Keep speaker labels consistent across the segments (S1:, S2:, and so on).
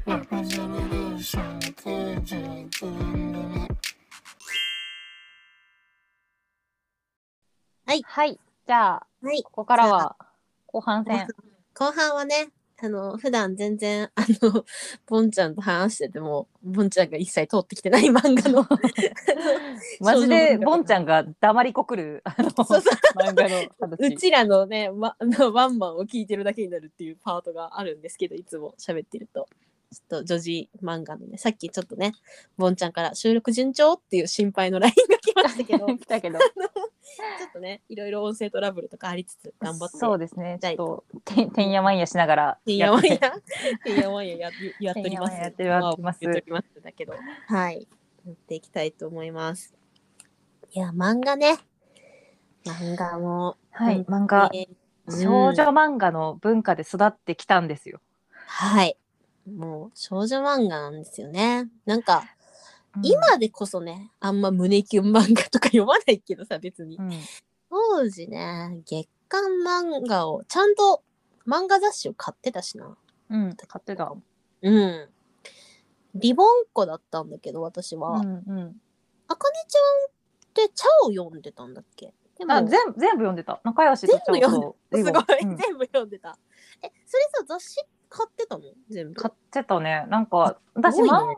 S1: ージェネレーション91年組
S2: はい。じゃあ、
S1: はい
S2: ここからは後半
S1: じゃ
S2: 戦。
S1: 後半はねあの普段全然あの ボンちゃんと話しててもボンちゃんが一切通ってきてない漫画 の
S2: マジで、ボンちゃんが黙りこくる、あの、
S1: そうそ
S2: 漫画の
S1: う
S2: 話。
S1: ちらのねワ ワンマンを聞いてるだけになるっていうパートがあるんですけどいつも喋ってると。ちょっと女児漫画のねさっきちょっとねボンちゃんから収録順調っていう心配の LINE が来ましたけ どちょっ
S2: 来たけど、
S1: とねいろいろ音声トラブルとかありつつ頑張って
S2: そうですね。ちょっと、てんてんやまんやしながら
S1: てんやわんや
S2: って、
S1: てんやわんやややっとります。
S2: てんやわんややってやってます
S1: やっとりますだけど。はい。やっていきたいと思います。いや、漫画ね。漫画も。
S2: はい、
S1: うん
S2: 漫画、
S1: えー
S2: 少女
S1: うん
S2: 漫画の文化で育ってきたんですよ。
S1: はい。もう少女漫画なんですよね。なんか、
S2: うん、
S1: 今でこそね、あんま胸キュン漫画とか読まないけどさ、別に
S2: う。ん、
S1: 当時ね、月刊漫画を、ちゃんと漫画雑誌を買ってたしな。
S2: うん、買ってた。
S1: うん。リボンっ子だったんだけど、私は。
S2: うん、うん。
S1: あかねちゃんって茶を読んでたんだっけでも
S2: あ、全部、全部読んでた。仲良しとちょう
S1: 全部
S2: ど。
S1: すごい、
S2: うん
S1: 全部読んでた。え、それさ、雑誌買ってたの全部。
S2: 買ってたね。なんか、私、
S1: すごいね
S2: まん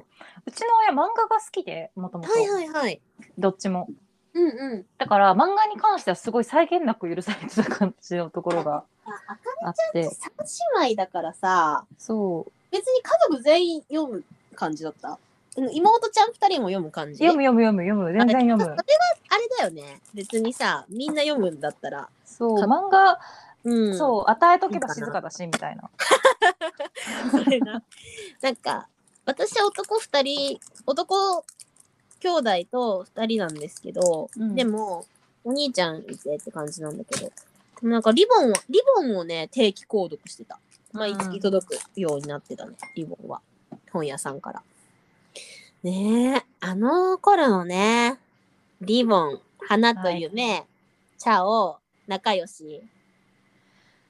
S2: うちの親漫画が好きで、もともと。
S1: はいはいはい。
S2: どっちも。
S1: うんうん。
S2: だから漫画に関してはすごい際限なく許されてた感じのところが
S1: あ、あか
S2: あって
S1: ね、三姉妹だからさ、
S2: そう
S1: 別に家族全員読む感じだった。うん妹ちゃん二人も読む感じ。
S2: 読む読む読む読む全然読
S1: あれ
S2: む
S1: があれだよね。別にさ、みんな読むんだったら。
S2: そう漫画、
S1: うん。
S2: そう与えとけば静かだしみたいな
S1: それな。なんか、私は男2人、男兄弟と2人なんですけど、
S2: うん
S1: でも、お兄ちゃんいてって感じなんだけど、でもなんかリボンは、リボンをね、定期購読してた。毎月届くようになってたね、リボンは。本屋さんから。ねえ、あの頃のね、リボン、花と夢、茶を仲良し。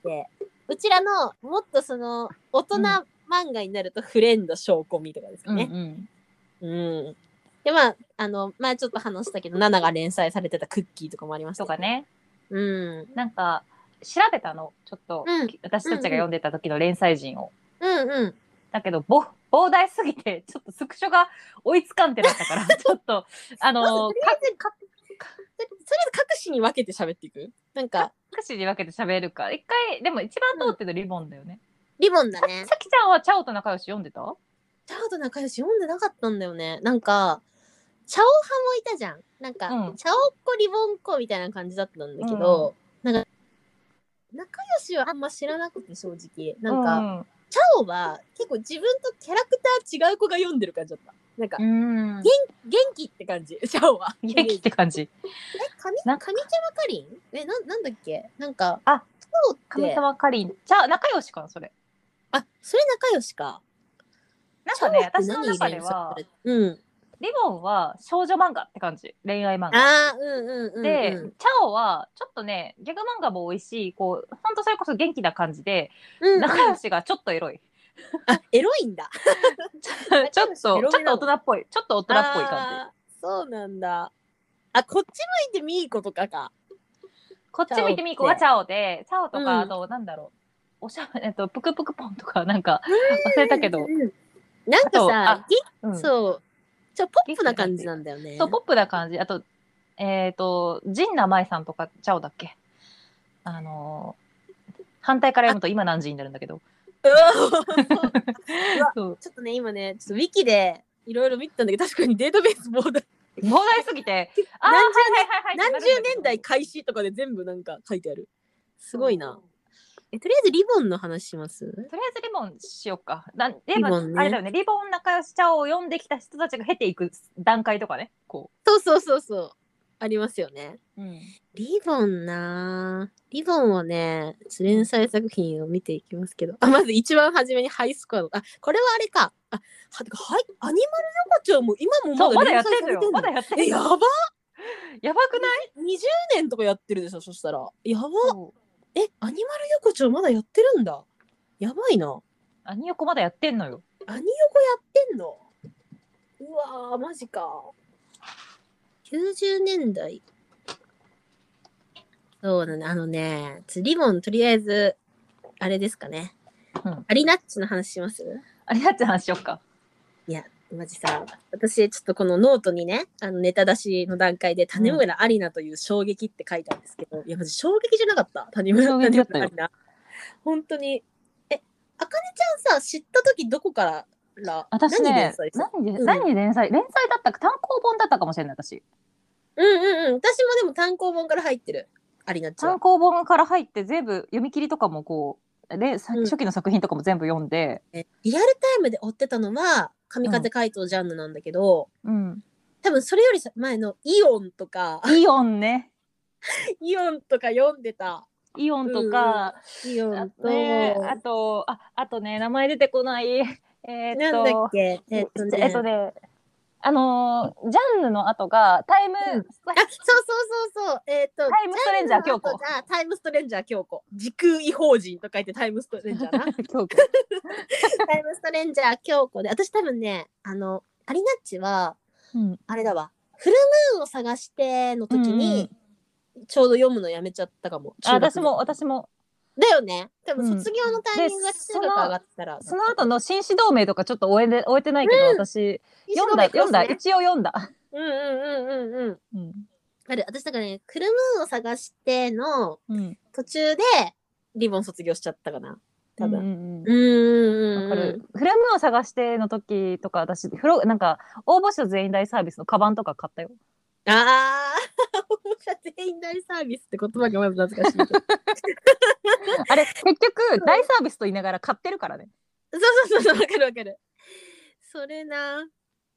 S1: で、うちらの、もっとその、大人
S2: うん
S1: 漫画になるとフレンド証拠みとかですか
S2: うんう
S1: ね。
S2: ん
S1: うん。で、まあ、あの、前ちょっと話したけど、ナナが連載されてたクッキーとかもありました
S2: と
S1: けど
S2: か。ね
S1: うん。うん
S2: なんか調べたのちょっと、
S1: うん
S2: 私たちが読んでた時の連載人を、
S1: うん。
S2: だけどぼ膨大すぎてちょっとスクショが追いつかんってなったか らちょっとあの
S1: とりあえず、かとりあえず各紙に分けて喋っていくなんか、
S2: 各種に分けて喋るか一回でも一番通ってるのリボンだよね、
S1: リボンだね。
S2: さきちゃんはチャオと仲良し読んでた
S1: チャオと仲良し読んでなかったんだよね。なんか、チャオ派もいたじゃん。なんか、
S2: うん
S1: チャオっ子、リボンっ子みたいな感じだったんだけど、なんか、仲良しはあんま知らなくて正直。なんか、
S2: か、
S1: チャオは結構自分とキャラクター違う子が読んでる感じだった。なんか、
S2: うん、
S1: 元気って感 じ、チャオは。
S2: 元気って感じ。
S1: え、神
S2: なん
S1: 神ちゃまかりんえ、なんなんだっけなんか、
S2: あ、
S1: チャオって、
S2: 神様かりん。じゃあ、仲良しかな、それ。
S1: あ、それ仲良しか。
S2: なんかね、
S1: チャオっ
S2: 私
S1: て
S2: の
S1: 何
S2: 中で
S1: 連載さ
S2: は
S1: れ、てうん。
S2: リボンは少女漫画って感じ。恋愛漫画。
S1: ああ、うんうんうん、うん。
S2: で、チャオはちょっとね、ギャグ漫画も多いし、こう、ほんとそれこそ元気な感じで、
S1: うん、
S2: 仲良しがちょっとエロい。
S1: あ、エロいんだ。
S2: ちょっと、ちょ
S1: エロ
S2: っ
S1: めな
S2: と
S1: の
S2: 大人っぽい。ちょっと大人っぽい感
S1: あーそうなんだ。あ、こっち向いてみいことかか。
S2: じ。こっち向いてみーこがチャオで、チャオと
S1: うん
S2: か、あと、なんだろう。おしゃべえっと、ぷくぷくぽんとか、なんか、忘れたけど。
S1: なんか
S2: あ
S1: さぎ
S2: と、うん
S1: そう、ちょ、ポップな感じなんだよね。
S2: そう、ポップな感じ。あと、えっ、と、陣名舞さんとか、ちゃおだっけあのー反対から読むと今何時になるんだけど。
S1: うわ
S2: そう。
S1: ちょっとね、今ね、ちょっとウィキでいろいろ見てたんだけど、確かにデータベース膨大。
S2: 膨大すぎて、あー
S1: 何
S2: はいはいはいはい
S1: 何
S2: って
S1: 十
S2: なるんだけど
S1: 年代開始とかで全部なんか書いてある。すごいな。え、とりあえずリボンの話します
S2: とりあえずリボンしようか。なんリ
S1: リボ
S2: ボ
S1: ン
S2: ン、
S1: ね
S2: あれだよね。リボン仲良しちゃおを読んできた人たちが経ていく段階とかね。こ
S1: そうそうそうそう。ありますよね。
S2: う。うん。
S1: リボンなぁ。リボンはね、連載作品を見ていきますけど、あまず一番初めにハイスコアの、あ、これはあれか。あ、はてかはい、アニマル横丁も今も
S2: そう、
S1: ま
S2: ま
S1: だ
S2: だ
S1: 連
S2: やっ
S1: 載さ
S2: てる
S1: れ
S2: よ。まだ
S1: の
S2: やって
S1: え、
S2: る
S1: や
S2: よ。
S1: ば
S2: やばくない
S1: !20 年とかやってるでしょ、そしたら。やば
S2: そう
S1: え、アニマル横丁まだやってるんだ。やばいな。
S2: アニヨコまだやってんのよ。
S1: アニヨコやってんのうわー、マジか。90年代。そうだね。あのね、つリボン、とりあえず、あれですかね。
S2: うん
S1: アリナッチの話します
S2: あれだって話しよっか。
S1: マジさ、私、ちょっとこのノートにね、あのネタ出しの段階で、谷村アリナという衝撃って書いたんですけど、いや、マジ衝撃じゃなかった。谷村
S2: 衝
S1: 谷
S2: 撃だった
S1: 村
S2: よ
S1: アリナ。本当に。え、あかねちゃんさ、知った時どこからら
S2: 私
S1: 何連
S2: ね
S1: 載、した
S2: 何で、
S1: うん
S2: 何で連載、連載だったか、単行本だったかもしれない、私。
S1: うんうんうん。私もでも単行本から入ってる。アリナちゃん
S2: 単。行本から入って、全部読み切りとかもこう、で、さ
S1: うん
S2: 初期の作品とかも全部読んで、
S1: ねリアルタイムで追ってたのは、神風怪盗ジャンヌなんだけど、
S2: うん。
S1: 多分それよりさ前のイオンとか、
S2: イオンね。
S1: イオンとか読んでた。
S2: イオンとか、
S1: イオ
S2: あ
S1: ンと、
S2: ね、あと、あ、あとね、名前出てこない。えーっと、
S1: なんだっけ、えっとね、
S2: えっとね、あのージャンヌの後がタイ
S1: う
S2: ム、
S1: んあ、そうそうそうそう、えっと、
S2: タイムストレンジャー京子
S1: ジャンヌの後がタイムストレンジャー京子。時空異邦人と書いて タイムストレンジャーな。
S2: 京子
S1: タイムストレンジャー京子で、私多分ね、あの、アリナッチは、
S2: うん
S1: あれだわ、フルムーンを探しての時に、ちょうど読むのやめちゃったかも。
S2: あ
S1: 中
S2: 私も
S1: 学の
S2: 私も
S1: だよね。多分
S2: うん
S1: 卒業のタイミングが
S2: で
S1: 中学上がったら。
S2: その後の紳士同盟とかちょっと終えで終えてないけど、
S1: うん
S2: 私
S1: 一緒
S2: 読ん
S1: の
S2: だ
S1: ねクロス
S2: 読んだ
S1: ね
S2: 一応読んだ、
S1: うんうんうんうんうん。
S2: うん
S1: ある。私なんかね、クルムーンを探しての
S2: うん、
S1: 途中でリボン卒業しちゃったかな。多
S2: う
S1: 分。う
S2: んうん
S1: ーん。
S2: わかる、フレームを探しての時とか私フロなんか応募者全員大サービスのカバンとか買ったよ
S1: ああ、 保護者全員大サービスって言葉がまず懐かしいけど。
S2: あれ結局大サービスと言いながら買ってるからね
S1: そうそうそうそう、わかるわかる。それな。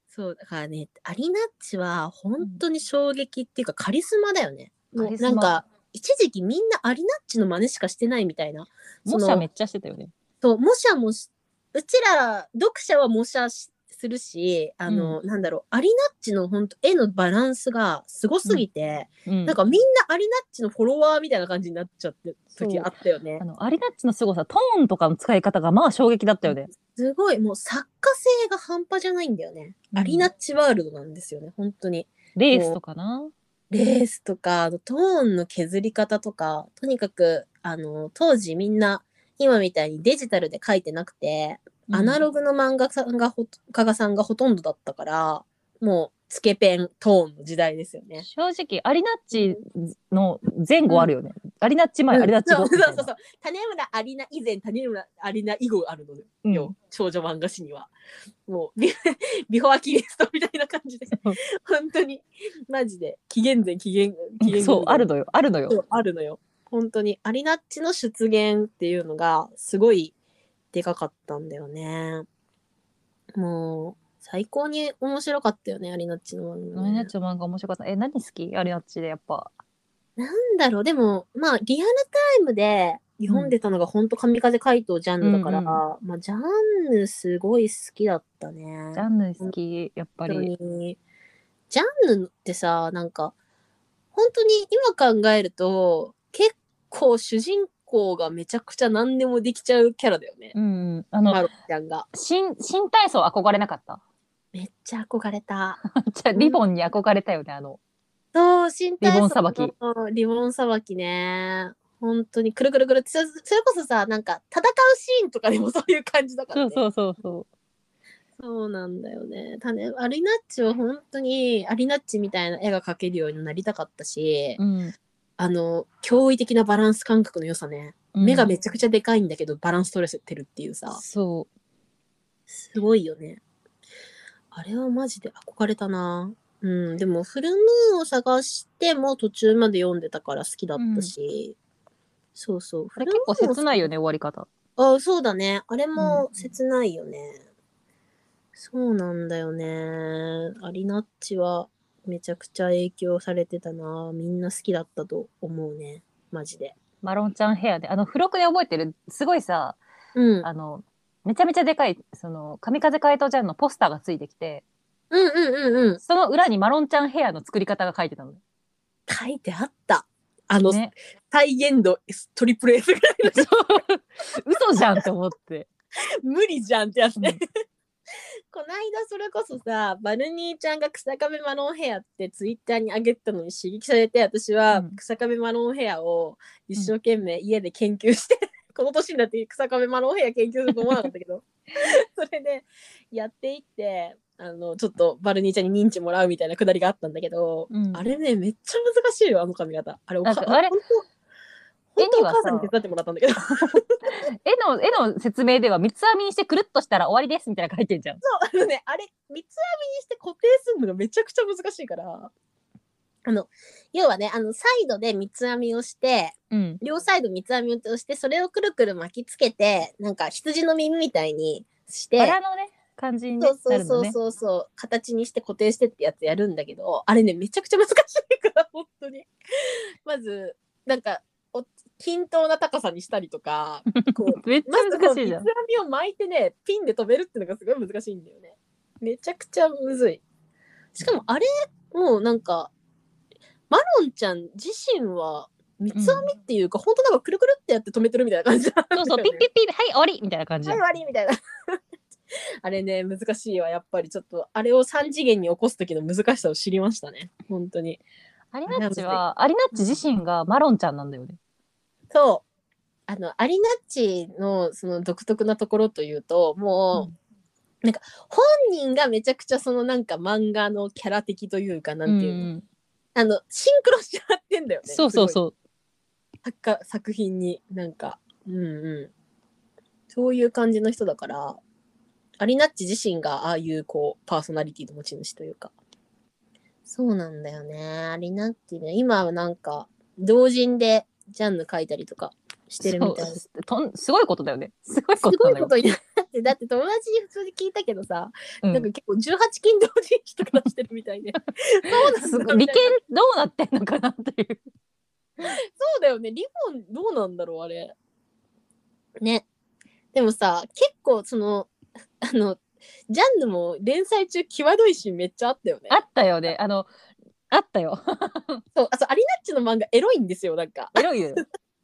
S1: そう、だからね、アリナッチは本当に衝撃っていうかカリスマだよね。
S2: カリスマ
S1: なんか、一時期みんなアリナッチの真似しかしてないみたいな。そ
S2: 模
S1: の
S2: 写めっちゃしてたよね
S1: そう、模写もし、うちら、読者は模写しするし、あの、なんだろう、アリナッチの本当絵のバランスがすごすぎて、
S2: うん
S1: なんかみんなアリナッチのフォロワーみたいな感じになっちゃってる時あったよね
S2: あ。のアリナッチの凄さトーンとかの使い方がまあ衝撃だったよね、
S1: すごい、もう作家性が半端じゃないんだよね。アリナッチワールドなんですよね、本当に。
S2: レースとかな
S1: レースとか、あのトーンの削り方とか、とにかく、あの、当時みんな、今みたいにデジタルで書いてなくて、アナログの漫画さんがほと、画家さんがほとんどだったから、もう、つけペン、トーンの時代ですよね。
S2: 正直アリナッチの前後あるよね、アリナッチ前、アリナッチ
S1: そ
S2: 後
S1: うそ
S2: み
S1: う
S2: たい
S1: そ
S2: な
S1: うそう。種村アリナ以前、種村アリナ以後あるのよ。
S2: うん
S1: 少女漫画誌には。もうビ、 ビフォーアキリストみたいな感じで、
S2: うん
S1: 本当に、マジで、紀元前、紀元、紀元後
S2: そう
S1: みたいな
S2: あるのよあるのよ
S1: そうあるのよ。本当にアリナッチの出現っていうのがすごいでかかったんだよね。もう最高に面白かったよねアリナッチの漫
S2: ア
S1: 画ね、
S2: リナッチの漫画面白かったえ何好きアリナッチでやっぱ
S1: なんだろうでもまあリアルタイムで読んでたのが本当神風怪盗ジャンヌだから、
S2: うん
S1: まあジャンヌすごい好きだったね。
S2: ジャンヌ好きやっぱり
S1: 本当にジャンヌってさなんか本当に今考えると結構主人公がめちゃくちゃ何でもできちゃうキャラだよね、
S2: うんあ
S1: マ
S2: の
S1: ロちゃんが
S2: 新新体操憧れなかった
S1: めっちゃ憧れた
S2: じゃあリボンに憧れたよねあの
S1: そう新体操
S2: リボンさばき
S1: のリボンさばきね本当にくるくるくるってそそれこそさなんか戦うシーンとかでもそういう感じだから、ね、
S2: うそうそ
S1: そうなんだよね。たねアリナッチは本当にアリナッチみたいな絵が描けるようになりたかったし、
S2: うん、
S1: あの驚異的なバランス感覚の良さね、目がめ
S2: ち
S1: ちゃくちゃでかいんだけどバランス取れてるっていうさ
S2: そ
S1: すごいよねあれはマジで憧れたなうんでもフルムーンを探しても途中まで読んでたから好きだったし、そうそう
S2: うあれ結構切ないよ
S1: ね
S2: ね終わり方
S1: あそうだねあれも切ないよね、そうなんだよねアリナッチはめちゃくちゃ影響されてたなみんな好きだったと思うねマジで
S2: マロンちゃんヘアであの付録で覚えてるすごいさ
S1: うん
S2: あのめちゃめちゃでかいその神風怪盗ジャンのポスターがついてきて
S1: うんうんうんうん。
S2: その裏にマロンちゃんヘアの作り方が書いてたの。
S1: 書いてあった。あの、
S2: ね、
S1: 再現度トリプル S ぐらいの
S2: 嘘じゃんって思って。
S1: 無理じゃんってやつ
S2: うん
S1: ね。 こないだそれこそさバルニーちゃんが草壁マロンヘアってツイッターに上げてたのに刺激されて私は
S2: うん
S1: 草壁マロンヘアを一生懸命家で研究して、 この年になって草壁マロンヘア研究すると思わなかったけ どそれでやっていってあのちょっとバルニーちゃんに認知もらうみたいなくだりがあったんだけど、
S2: うん
S1: あれねめっちゃ難しいよあの髪型あれおか
S2: なんかあれ
S1: 本当本当お
S2: 絵にはさ
S1: 母さんに手伝ってもらったんだけど
S2: 絵の絵の説明では三つ編みにしてくるっとしたら終わりですみたいな書いてんじゃん。
S1: あのね、あれ、三つ編みにして固定するのがめちゃくちゃ難しいから。あの、要はね、あの、サイドで三つ編みをして、
S2: うん。
S1: 両サイド三つ編みをして、それをくるくる巻きつけて、なんか羊の耳みたいにして、
S2: バラのね感じにね
S1: そうそう
S2: なるの
S1: そう
S2: ね。
S1: そうそう、形にして固定してってやつやるんだけど、あれね、めちゃくちゃ難しいから、本当に。 まず、なんか、お均等な高さにしたりとか、こ う、
S2: めっちゃ
S1: まずこの
S2: 難し
S1: 三つ
S2: いじ
S1: 編
S2: ゃん。
S1: みを巻いてね、ピンで止めるっていうのがすごい難しいんだよね。めちゃくちゃむずい。しかもあれ、もうなんか、マロンちゃん自身は三つ編みっていうか、ほん、本当なんかくるくるってやって止めてるみたいな感じなんだ
S2: そう
S1: よね
S2: そうピッピッピッはい終わりみたいな感じじ
S1: は
S2: ゃ
S1: い、
S2: ん。
S1: 悪いみたいな。 あれね、難しいわ、やっぱりちょっと、あれを三次元に起こす時の難しさを知りましたね。本当に。
S2: アリナッチはアリナッチ自身がマロンちゃんなんだよね。
S1: そう。あの、アリナッチのその独特なところというと、もう、なんか本人がめちゃくちゃそのなんか漫画のキャラ的というか、なんていうの、
S2: うんうん
S1: あの、シンクロしちゃってんだよね。
S2: そうそう
S1: う。
S2: そう。
S1: 作家作品になんか、うんうん。そういう感じの人だから、アリナッチ自身がああいうこう、パーソナリティの持ち主というか。そうなんだよね。アリナッチね。今はなんか、同人でジャンヌ書いたりとかしてるみたいです。
S2: そうとんすごいことだよね。すごい
S1: す
S2: こと
S1: ご
S2: なん
S1: い
S2: だ
S1: こ
S2: よ
S1: とになって、だって友達に普通に聞いたけどさ、
S2: うん
S1: なんか結構18金同人誌とか出してるみたいで。 そうなんだ
S2: すごい
S1: み
S2: 利
S1: た
S2: 権
S1: いな
S2: どうなってんのかなっていう。
S1: そうだよね。リボンどうなんだろう、あれ。ね。でもさ、結構その、あの、ジャンヌも連載中、際どいシーンめっちゃあったよね。
S2: あったよね。あの、あったよ。
S1: そう、あそうアリナッチの漫画エロいんですよ、なんか。
S2: エロいよ。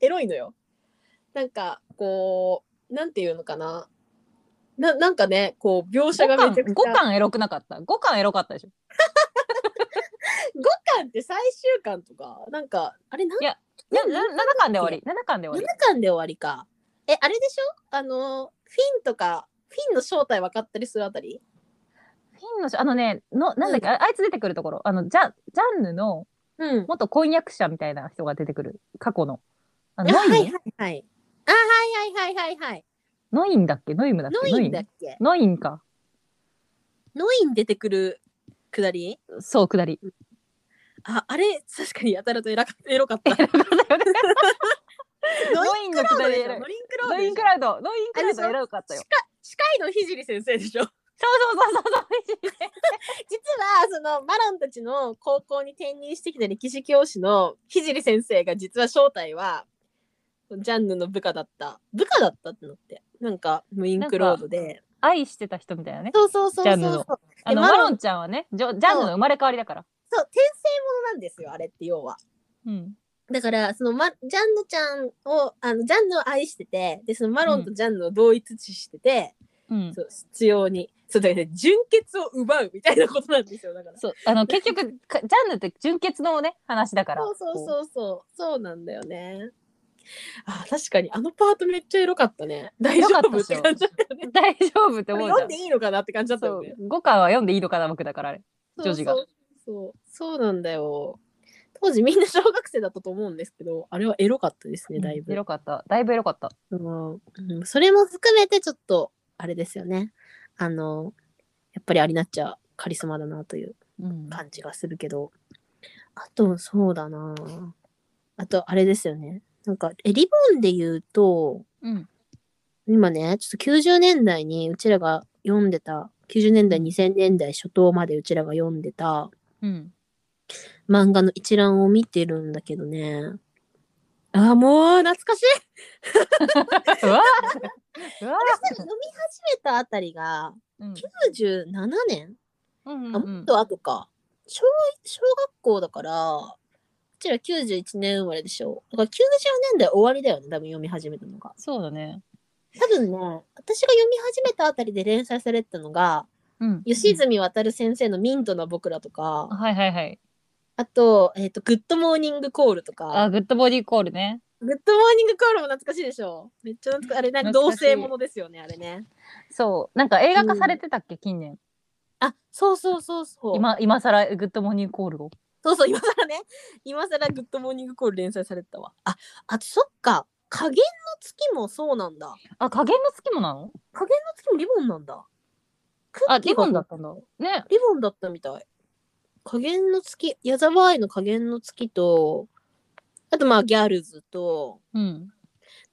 S1: エロいのよ。なんか、こう、なんていうのかな。ななんかね、こう、描写
S2: 5
S1: がめちゃ
S2: 巻、
S1: く
S2: 五
S1: ちゃ。
S2: 巻エロくなかった。5巻エロかったでしょ。
S1: 五巻って最終巻とか、なんか、あれ、なん
S2: いやいや、7巻で終わり。7巻で終わ
S1: 7
S2: り。
S1: 巻で終わりか。え、あれでしょあの、フィンとか、フィンの正体分かったりするあたり
S2: フィンのし、あのね、のなんだっけ、ああいつ出てくるところ。あの、ジャジャンヌの
S1: うん。
S2: 元婚約者みたいな人が出てくる。過去の。あ
S1: あ
S2: のノ
S1: は
S2: イム、
S1: いはいはい。あ、はいはいはいはいはい。
S2: ノインだっけノイムだっ
S1: ノ
S2: け
S1: インだっけ
S2: ノインか。
S1: ノイン出てくるくだり
S2: そう、下り。
S1: あ、あれ、確かにやたらとエラかエロかった。
S2: エロかったよね
S1: ノ
S2: ノ
S1: イ
S2: イ
S1: ン
S2: ン
S1: ク
S2: の
S1: ラウ
S2: く
S1: ド
S2: だ
S1: で
S2: り
S1: し
S2: エロ
S1: ょ
S2: い
S1: ノインクラウド
S2: ノ
S1: でし
S2: イ
S1: ょ
S2: ンクラウド。ノインクラウ
S1: あれで
S2: ド
S1: しょ
S2: エロかったよ。
S1: 司会のひじり先生でしょ
S2: そうそうそうそうそう。
S1: 実はそのマロンたちの高校に転任してきた歴史教師のひじり先生が実は正体はジャンヌの部下だった部下だったってのってなんかノインクラウドで
S2: 愛してた人みたいなね。
S1: そうそうそうそう
S2: ジャンヌの
S1: そう
S2: あの
S1: マ
S2: マ
S1: ロン
S2: ロンちゃんはね、ジョジャンヌの生まれ変わりだから。
S1: そう転生ものなんですよあれって要は
S2: うん。
S1: だからその、ま、ジャンヌちゃんをあのジャンヌを愛しててでそのマロンとジャンヌを同一視してて、
S2: うん。
S1: そう必要にそうだからね純血を奪うみたいなことなんですよだから
S2: そう。あの結局かジャンヌって純血のね話だから。
S1: そうそう
S2: こ
S1: そうそうそうなんだよねあ確かにあのパートめっちゃエロかったね大丈夫って感じだったよね
S2: う。大丈夫って
S1: これ
S2: 思う
S1: 読
S2: じゃ
S1: ん
S2: ん
S1: で。いいのかなって感じだった
S2: そ
S1: よ
S2: う
S1: ね。
S2: 五巻は読んでいいのかな僕だからあれ。ジョージが
S1: そうそうそうそうなんだよ当時みんな小学生だったと思うんですけどあれはエロかったですねだいぶ
S2: エロかった。だいぶエロかった。
S1: うんうんそれも含めてちょっとあれですよねあのやっぱりアリナッチャカリスマだなという
S2: うん。
S1: 感じがするけどあとそうだなあとあれですよねなんかえリボンで言うと
S2: うん。
S1: 今ねちょっと90年代にうちらが読んでた90年代2000年代初頭までうちらが読んでた
S2: うん。
S1: 漫画の一覧を見てるんだけどねあーもう懐かしいう
S2: わ。うわ。
S1: 読み始めたあたりが
S2: うん。
S1: 97年
S2: うんうん
S1: あもっと後か小小学校だからうちら91年生まれでしょだから90年代終わりだよね多分読み始めたのが
S2: そうだね。
S1: 多分ね私が読み始めたあたりで連載されてたのが
S2: うん。
S1: 吉住渉先生のミントな僕らとか、
S2: はいはいはい。
S1: あと、えっ、と、グッドモーニングコールと
S2: あ、
S1: か、
S2: グッドボディコールね。
S1: グッドモーニングコールも懐かしいでしょめっちゃ懐かしい。あれ、なんか
S2: 懐
S1: 同
S2: かしい
S1: 性ものですよね、あれね。
S2: そう。なんか映画化されてたっけ、近年。
S1: あ、そうそうそうそう。
S2: 今、今さらグッドモーニングコールを。
S1: そうそう、今更ね。 今更グッドモーニングコール連載されてたわ。あ、あとそっか。加減の月もそうなんだ。
S2: あ、加減の月もなの
S1: 加減の月もリボンなんだ。ク
S2: あ、
S1: ッキ
S2: リ
S1: ーが
S2: ボンだったんだ。ね。
S1: リボンだったみたい。加減の月、矢沢愛の加減の月と、あとまあギャルズと、
S2: うん。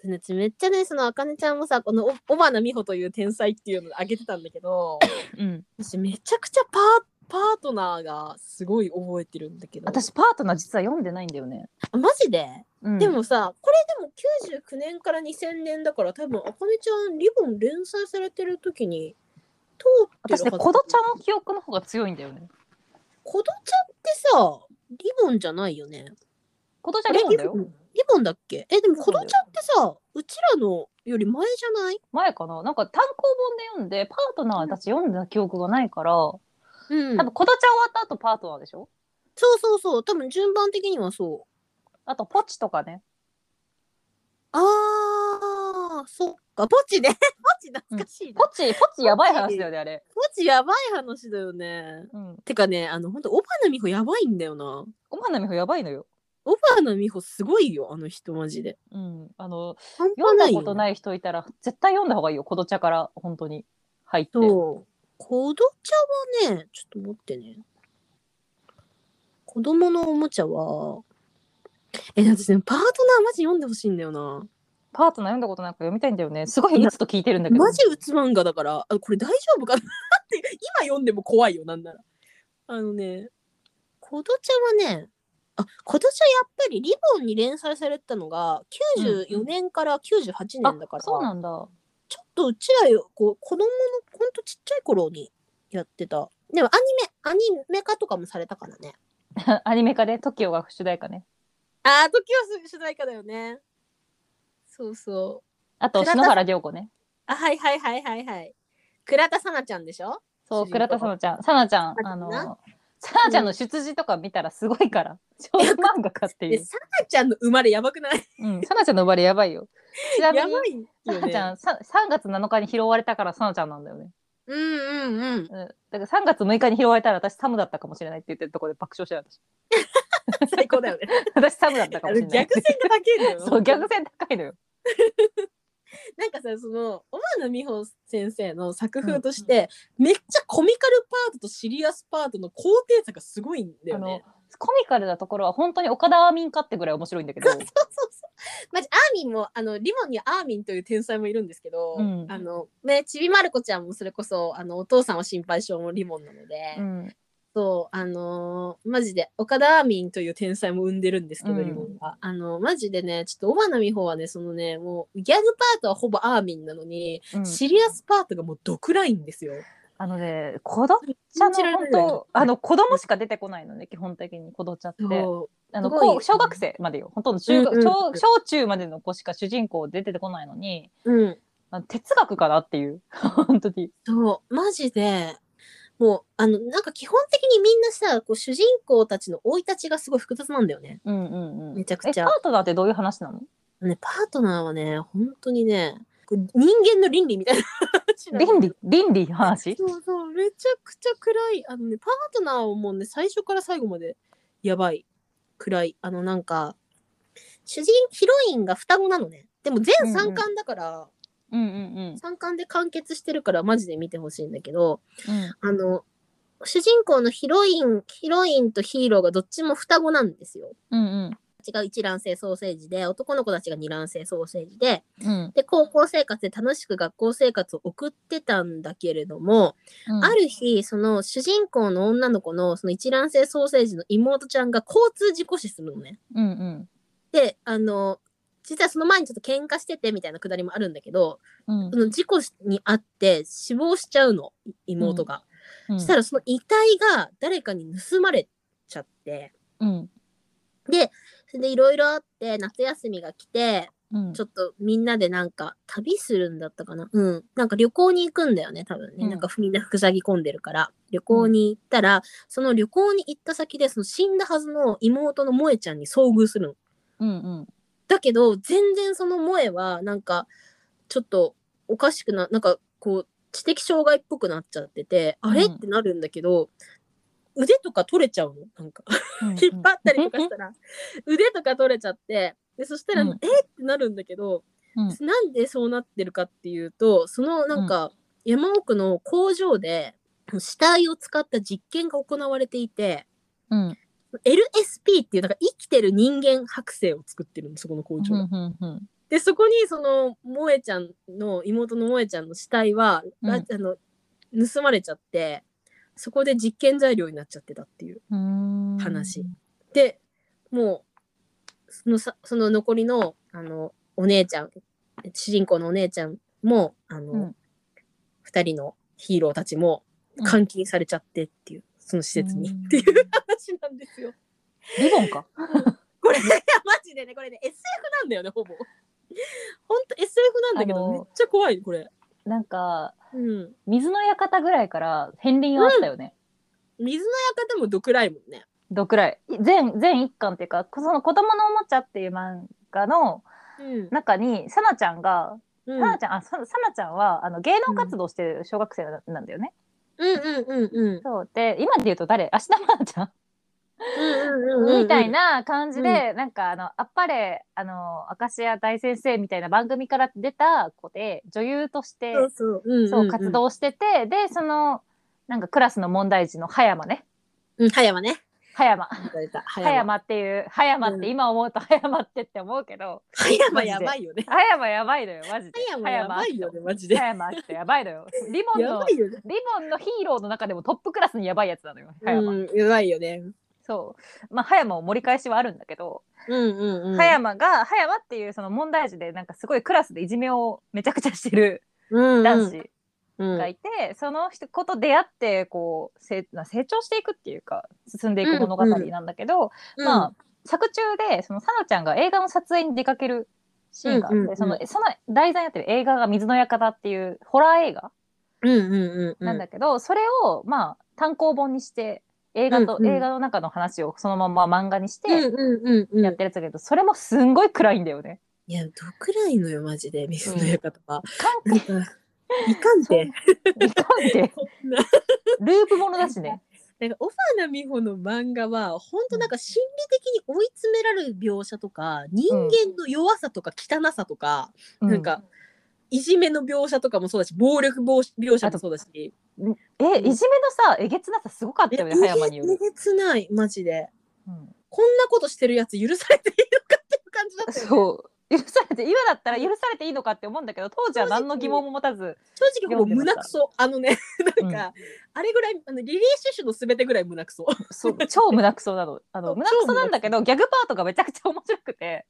S1: でねめっちゃね、そのあかねちゃんもさ、このおばなみほという天才っていうのをあげてたんだけど、
S2: うん。
S1: 私めちゃくちゃパーパートナーがすごい覚えてるんだけど。
S2: 私、パートナー実は読んでないんだよね。
S1: あマジで
S2: うん
S1: で、もさ、これでも99年から2000年だから多分あかねちゃんリボン連載されてる時に通ってるは
S2: 私
S1: ず
S2: ね、コドちゃんの記憶の方が強いんだよね。
S1: コドちゃんってさリボンじゃないよね
S2: コドちゃんリボン
S1: あれ
S2: だよ。
S1: リボンリボンだっけえでも
S2: そ
S1: コ
S2: うだ
S1: ド
S2: よ
S1: ちゃんってさうちらのより前じゃない
S2: 前かななんか単行本で読んで、パートナーは私読んだ記憶がないから、多
S1: うん
S2: 分コドちゃん終わった後パートナーでしょ
S1: そうそうそう多分順番的にはそう
S2: あと、ポチとかね。
S1: あーそっかポチね ポチ懐かしいね、
S2: ポチ、ポチやばい話だよね、あれ。
S1: ポチやばい話だよね
S2: うん。
S1: てかねあのほんとオバナミホやばいんだよな
S2: おまなみほやばいのよ。
S1: オバナミホすごいよあの人マジで
S2: うん。あの、
S1: 半端
S2: 読んだ
S1: ない
S2: こ
S1: よ
S2: と
S1: ね
S2: ない人いたら、絶対読んだ方がいいよ。コドちゃから、本当に。入って。
S1: そう。子どちゃはね、ちょっと待ってね。子供のおもちゃは、え、私ね、パートナーマジ読んでほしいんだよな。
S2: パートナー読んだことなんか読みたいんだよね。すごい打つと聞いてるんだけど。
S1: マジうつ漫画だから、あこれ大丈夫かなって、今読んでも怖いよ、なんなら。あのね、子どちゃはね、あ、子どちゃやっぱりリボンに連載されてたのが94年から98
S2: あ
S1: 年だから、
S2: そうなんだ。
S1: ちょっとうちらよ、こう、子供の、ほんとちっちゃい頃にやってた。でもアニメ、アニメ化とかもされたからね。
S2: アニメ化で TOKIO が主題歌ね。
S1: ああ、時は主題歌だよね。そうそう。
S2: あと、
S1: 倉田
S2: 篠原涼子ね。
S1: あ、はいはいはいはいはい。倉田さなちゃんでしょ
S2: そ
S1: 主人
S2: う、
S1: 公
S2: 倉田さなちゃん。さなちゃん、あ
S1: さな
S2: の
S1: ちゃんな、
S2: さなちゃんの出自とか見たらすごいから。少女漫画かってい
S1: え、
S2: う。
S1: さなちゃんの生まれやばくない
S2: うん、さなちゃんの生まれやばいよ。ちな
S1: や
S2: み
S1: ば
S2: に、
S1: い
S2: さ
S1: よ
S2: な
S1: ね。
S2: ちゃん、さ3月7日に拾われたからさなちゃんなんだよね。
S1: うんうんうん。
S2: うん、だから3月6日に拾われたら私サムだったかもしれないって言ってるところで爆笑してる私。
S1: 最高だよね。
S2: 私サムだったか
S1: あ
S2: も
S1: の
S2: しれない
S1: 逆。線が書けるの
S2: そう、逆線高いのよ。
S1: なんかさその小花美穂先生の作風として、めっちゃコミカルパートとシリアスパートの高低差がすごいんだよね。
S2: コミカルなところは本当に岡田アーミンかってぐらい面白いんだけど。
S1: そうそうそう。マジアーミンもあのリボンにはアーミンという天才もいるんですけど、
S2: うん
S1: あのねちびまる子ちゃんもそれこそあのお父さんは心配性もリボンなので、
S2: うん、
S1: そうあのーマジで岡田アーミンという天才も生んでるんですけど、
S2: うん
S1: リボンがあのマジでねちょっと小花美穂はねそのねもうギャグパートはほぼアーミンなのに、
S2: うん
S1: シリアスパートがもうドクラインですよ。
S2: あのね、子どちゃの
S1: 信じられ
S2: 本
S1: ない
S2: 当、あの子供しか出てこないのね、基本的に子どちゃって。
S1: そう
S2: あの
S1: すごいよ
S2: こう小学生までよ、ほとんど中学、
S1: うんうん
S2: 小小中までの子しか主人公出てこないのに、
S1: うん
S2: あの哲学かなっていう、 本当に。
S1: そう、マジで、もう、あの、なんか基本的にみんなさ、こう主人公たちの生い立ちがすごい複雑なんだよね。
S2: うんうんうん。
S1: めちゃくち
S2: え、
S1: ゃ
S2: パートナーってどういう話なの
S1: ね、パートナーはね、本当にね、こう人間の倫理みたいな話なの
S2: 倫理、倫理の話
S1: そうそう、めちゃくちゃ暗い。あのね、パートナーはもうね、最初から最後まで、やばい。暗い。あの、なんか、主人、ヒロインが双子なのね。でも全3巻だから、
S2: うんうんうん
S1: 3巻で完結してるからマジで見てほしいんだけど、
S2: うん。
S1: あの、主人公のヒロイン、ヒロインとヒーローがどっちも双子なんですよ。
S2: うんうん
S1: 違う一卵性ソーセージで、男の子たちが二卵性ソーセージで、
S2: うん
S1: で、高校生活で楽しく学校生活を送ってたんだけれども、
S2: うん。
S1: ある日、その主人公の女の子のその一卵性ソーセージの妹ちゃんが交通事故死するのね。
S2: うんうん
S1: で、あの、実はその前にちょっと喧嘩しててみたいなくだりもあるんだけど、
S2: うん
S1: その事故にあって死亡しちゃうの、い妹が。
S2: うん。
S1: したらその遺体が誰かに盗まれちゃって
S2: うん
S1: でそれでいろいろあって夏休みが来て
S2: うん
S1: ちょっとみんなでなんか旅するんだったかなうん。なんか旅行に行くんだよね、多分ね。
S2: うん
S1: なんかみんなふさぎ込んでるから。旅行に行ったら、その旅行に行った先で、その死んだはずの妹の萌えちゃんに遭遇するの。
S2: うんうん
S1: だけど、全然その萌えは、なんか、ちょっとおかしくな、なんかこう、知的障害っぽくなっちゃってて、あれ
S2: うん
S1: ってなるんだけど、腕とか取れちゃうのなんか。
S2: うんうん。
S1: 引っ張ったりとかした ら、腕とか取れちゃって、でそしたら、
S2: うん
S1: えってなるんだけど、
S2: うん
S1: なんでそうなってるかっていうと、そのなんか、山奥の工場で、死体を使った実験が行われていて、
S2: うん。
S1: LSP っていうなんか生きてる人間剥製を作ってるの、そこの工場。
S2: うんうんうん
S1: で、そこにその、萌えちゃんの、妹の萌えちゃんの死体は、
S2: うん
S1: ああの、盗まれちゃって、そこで実験材料になっちゃってたっていう。
S2: うん。うーん
S1: 話。でもうそのさその残りのあのお姉ちゃん主人公のお姉ちゃんもあ
S2: う
S1: の、
S2: ん
S1: 二人のヒーローたちも
S2: うん
S1: 監禁されちゃってっていう、その施設に、
S2: うん
S1: っていう話なんですよ。
S2: リボンか。
S1: こ れいやマジでねこれね SF なんだよねほぼ。ほんと SF なんだけ
S2: あ
S1: ど
S2: の
S1: めっちゃ怖いこれ。
S2: なんか、
S1: うん。
S2: 水の館ぐらいから片鱗はあったよね。
S1: 水の館も毒らいもんね。
S2: どくらい。全、全一巻っていうか、その子供のおもちゃっていう漫画の
S1: うん。
S2: 中に、さなちゃんが、
S1: うん
S2: さなちゃん、あ、ささなちゃんは、あの、芸能活動してる小学生ななんだよね。
S1: うんうんうんうん。
S2: そう。で、今で言うと誰芦田愛菜ちゃん
S1: うんうんうんうん。
S2: みたいな感じで、なんかあの、あっぱれ、あの、明石家大先生みたいな番組から出た子で、女優として、
S1: そうそう。うんんん
S2: そう、活。動してて、で、その、なんかクラスの問題児の葉山ね。
S1: うん、葉山ね。
S2: 葉山。
S1: 出た葉
S2: 葉山っていう、葉山って
S1: うん
S2: 今思うと葉 山ってって思うけど、
S1: 葉山やばいよね。
S2: 葉山やばいのよ、マジで。
S1: 葉山やばいよね、マジで。
S2: 葉
S1: や
S2: 山秋人やばいのよ。リボンの
S1: ば、いよね。
S2: リボンのヒーローの中でもトップクラスにやばいやつなのよ、葉山。
S1: うん、やばいよね。
S2: そう。まあ、葉山を盛り返しはあるんだけど、
S1: うんうんうん。
S2: 葉山が、葉山っていうその問題児で、なんかすごいクラスでいじめをめちゃくちゃしてる
S1: 山
S2: 男子。
S1: うん
S2: がいて、その人こと出会ってこう成な成長していくっていうか進んでいく物語なんだけど、まあ、作中でそのさなちゃんが映画の撮影に出かけるシーンがあって、
S1: うんうんうん
S2: そのその題材になってる映画が「水の館」っていうホラー映画
S1: うんうんうんうん。
S2: なんだけど、それをまあ単行本にして映画と、
S1: うんうん
S2: 映画の中の話をそのまま漫画にし
S1: うん
S2: て
S1: うんうん
S2: や
S1: う
S2: っ
S1: ん。
S2: てるやつだけど、それもすんごい暗いんだよね。
S1: いや、どくらいのよ、マジで、水の館は。
S2: 関
S1: なんかいかんて。
S2: 係いかんて
S1: こんな
S2: ループものだしね。
S1: なんか、オファナ美穂の漫画は、ほんとなんか心理的に追い詰められる描写とか、人間の弱さとか汚さとか、なんか、いじめの描写とかもそうだし、暴力防止描写もそうだし。
S2: うんえいじめのさえげつなさすごかったよね葉山によ
S1: え
S2: る。
S1: げつない、マジで。
S2: うん
S1: こんなことしてるやつ許されていいのかっていう感じだったよ ね。
S2: そう許されて今だったら許されていいのかって思うんだけど当時は何の疑問も持たず、
S1: 正直もう胸くそ。あのね、 なんか、あれぐらい、あのリリー・シュシュのすべてぐらい胸くそ。
S2: そう超胸くそなのあ
S1: そ
S2: の
S1: う
S2: 胸くそなんだけどギャグパートがめちゃくちゃ面白くて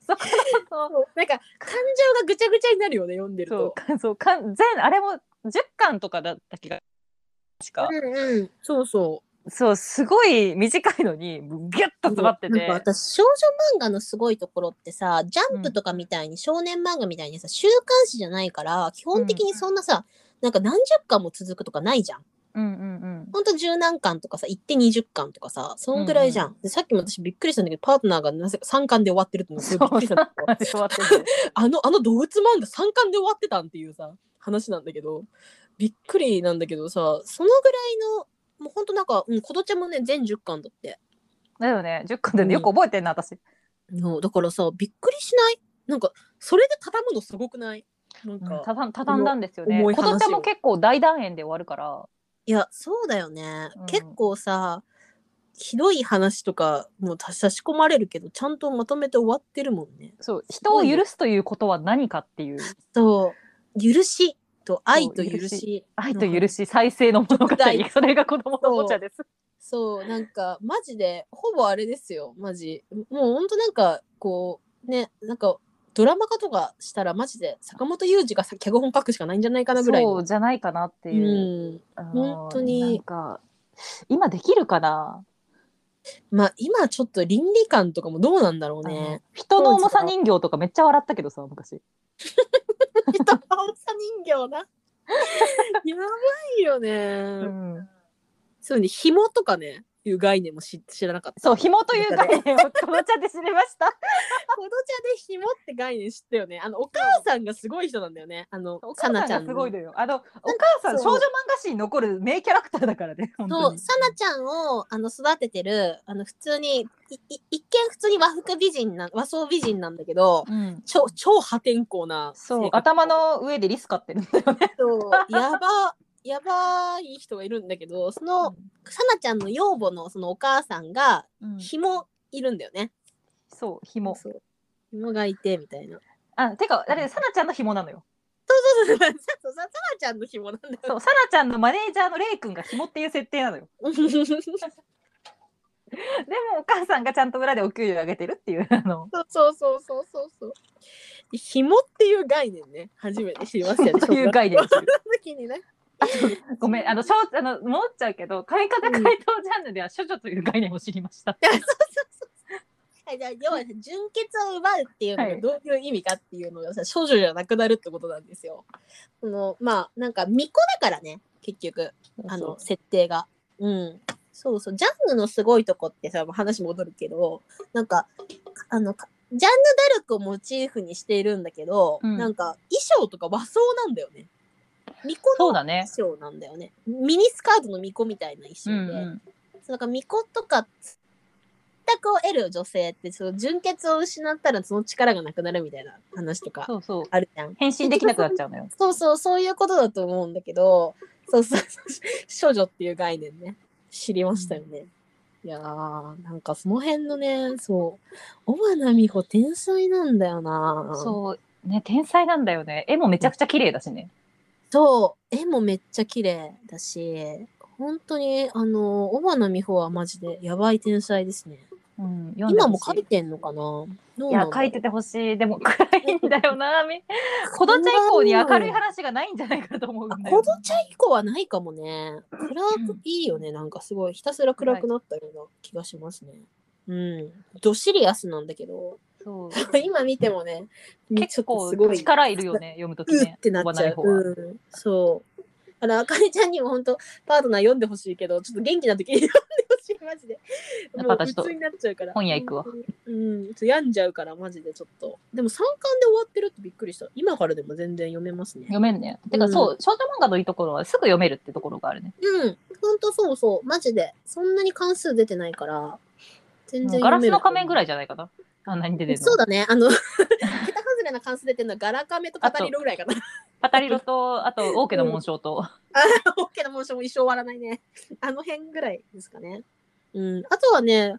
S2: そこのそう
S1: なんか、感情がぐちゃぐちゃになるよね、読んでる
S2: そう
S1: と。
S2: かそうか全あれも10巻とかだった気が確
S1: ん
S2: か、
S1: うん。そうそ
S2: そうすごい短いのにギュッと詰まって
S1: なんか
S2: て。
S1: 私、少女漫画のすごいところってさ、ジャンプとかみたいに、少年漫画みたいにさ、週刊誌じゃないから、基本的にそんなさ、なんか何十巻も続くとかないじゃん。
S2: うんうん
S1: ほんと十何巻とかさ、行って20巻とかさ、そんぐらいじゃん。でさっきも私びっくりしたんだけど、パートナーがなぜか3巻で終わってるっての
S2: うん。
S1: がす
S2: そう
S1: ごいびっくりしたんだ
S2: 3
S1: けど
S2: 巻で終わってて
S1: あの、 あの動物漫画3巻で終わってたんっていうさ、話なんだけど、びっくりなんだけどさ、そのぐらいの、もうほんとなんか、うん、コドちゃんもね、全10巻だって。
S2: だよね10巻でよく覚えてんな私。
S1: のだからさ、びっくりしないなんか、それで畳むのすごくないなんか、
S2: たたん畳んだんですよね。
S1: 重い
S2: こ
S1: 話を
S2: とちゃんも結構大断円で終わるから。
S1: いや、そうだよね。
S2: うん
S1: 結構さ、ひどい話とかもう差し込まれるけど、ちゃんとまとめて終わってるもんね。
S2: そう
S1: す
S2: 人
S1: ご
S2: を
S1: いね
S2: 許すということは何かっていう
S1: そう、許しと愛と許
S2: 許
S1: し
S2: し。愛と許し再生の物語
S1: 特大
S2: それが子供のおもちゃです。
S1: そう、なんか、マジで、ほぼあれですよ、マジ。もうほんとなんか、こう、ね、なんか、ドラマ化とかしたら、マジで、坂本雄二がさ脚本書くしかないんじゃないかなぐらい
S2: そ
S1: の。
S2: うじゃないかなって
S1: う
S2: いう。
S1: ん。
S2: あの
S1: 本当に
S2: なんか今できるかな。
S1: まあ今ちょっと倫理観とかもどうなんだろう
S2: あの
S1: ね。
S2: 人の重さ人形とかめっちゃ笑ったけどさ昔
S1: 人の青さ人 形な。やばいよね。
S2: うん
S1: そうね、紐とかね、いう概念も知知らなかった。
S2: そう紐という概念をこの茶で知 りました
S1: ほど茶で紐って概念知ったよね。あの、お母さんがすごい人なんだよね。あの
S2: お、母
S1: さなち
S2: さ
S1: ゃ
S2: ん
S1: ん
S2: がすごい
S1: の。
S2: のよあのお母さん
S1: そ
S2: 少
S1: う
S2: 女漫画誌に残る名キャラクターだからね本
S1: そ
S2: 当
S1: う、
S2: に
S1: さなちゃんをあの育ててる、あの、普通に、いい一見普通に和服美人な、和装美人なんだけど、
S2: うん
S1: 超、超破天荒な性
S2: そう
S1: 格。
S2: 頭の上でリス飼ってるんだよね
S1: そうやば、やばい人がいるんだけど、その、さなちゃんの養母のそのお母さんが、紐いるんだよね。
S2: そう紐
S1: そう。紐がいて、みたいな。
S2: あてかあれさなちゃんの紐なのよ
S1: そうそうそうそうささなちゃんの紐なんだよ。
S2: そうさなちゃんのマネージャーのレイ君が紐っていう設定なのよでもお母さんがちゃんと裏でお給料あげてるっていうあの
S1: そうそうそうそうそう。紐っていう概念ね、初めて知りました よね。
S2: という概念 ですよ
S1: 時にね。
S2: ごめん、あの、しょうあの、戻っちゃうけど、髪型回答ジャンルでは、処女という概念を知りました。
S1: そうそうそう。はい、じゃあ要は純血を奪うっていうの
S2: は
S1: が
S2: い
S1: どういう意味かっていうのがさ、少女じゃなくなるってことなんですよ。あのまあなんか巫女だからね結局あの設定が。うん。そうそうジャンヌのすごいとこってさもう話戻るけどなんかあのかジャンヌ・ダルクをモチーフにしているんだけど、
S2: うん
S1: なんか衣装とか和装なんだよね。巫
S2: そ
S1: 女
S2: う
S1: の
S2: だね。
S1: 衣装なんだよね。ミニスカートの巫女みたいな衣装
S2: う
S1: で。
S2: んうん、
S1: そうなんか巫女とか全くを得る女性ってその純血を失ったらその力がなくなるみたいな話とか
S2: そうそう。
S1: あるじゃん。
S2: 変身できなくなっちゃうのよ。
S1: そうそうそういうことだと思うんだけどそうそう そう少女っていう概念ね知りましたよね。いやーなんかその辺のねそう小花美穂天才なんだよな
S2: そう。ね、天才なんだよね。絵もめちゃくちゃ綺麗だしね。
S1: そう絵もめっちゃ綺麗だし本当にあの小花美穂はマジでやばい天才ですね。
S2: うん、読んで
S1: 今
S2: ほ
S1: も
S2: し
S1: 書いてんのかなどう
S2: い
S1: な
S2: や
S1: んだろう
S2: 書いててほしいで も暗いんだよなみ子どちゃ以降に明るい話がないんじゃないかと思うん
S1: あ
S2: だ
S1: コ
S2: よ
S1: ドチャ以降はないかもね。暗くいいよね。なんかすごい、ひたすら暗くなったような気がしますね。うん。どっしり安なんだけど、
S2: そう
S1: 今見てもね、
S2: 結
S1: ちょっと
S2: 構
S1: すごい、
S2: 力いるよね読むとき
S1: うっ
S2: ね
S1: てなっちゃう。
S2: 小花の方は
S1: うん、そう。あの、あかりちゃんにも本当パートナー読んでほしいけど、ちょっと元気な時に読んでほしい、マジで。
S2: やっ
S1: も
S2: ぱ
S1: う、
S2: 私と
S1: 普通になっちゃうから。
S2: 本屋行くわ
S1: うん、ちょっと病んじゃうから、マジでちょっと。でも、3巻で終わってるってびっくりした。今からでも全然読めますね。
S2: 読めんねてか、
S1: うん
S2: そう少女漫画のいいところはすぐ読めるってところがあるね
S1: うん、ほんとそうそう、マジで。そんなに関数出てないから、全然
S2: ガラスの仮面ぐ
S1: らい
S2: らいじゃないかなあんなに出てるの
S1: そうだね、あの、 桁外れな関数出てるのはガラカメとパタリロぐらいかな。
S2: パタリロと、あと、王家の紋章と。
S1: オッケーなもんしも一生終わらないね。あの辺ぐらいですかね。うん、あとはね、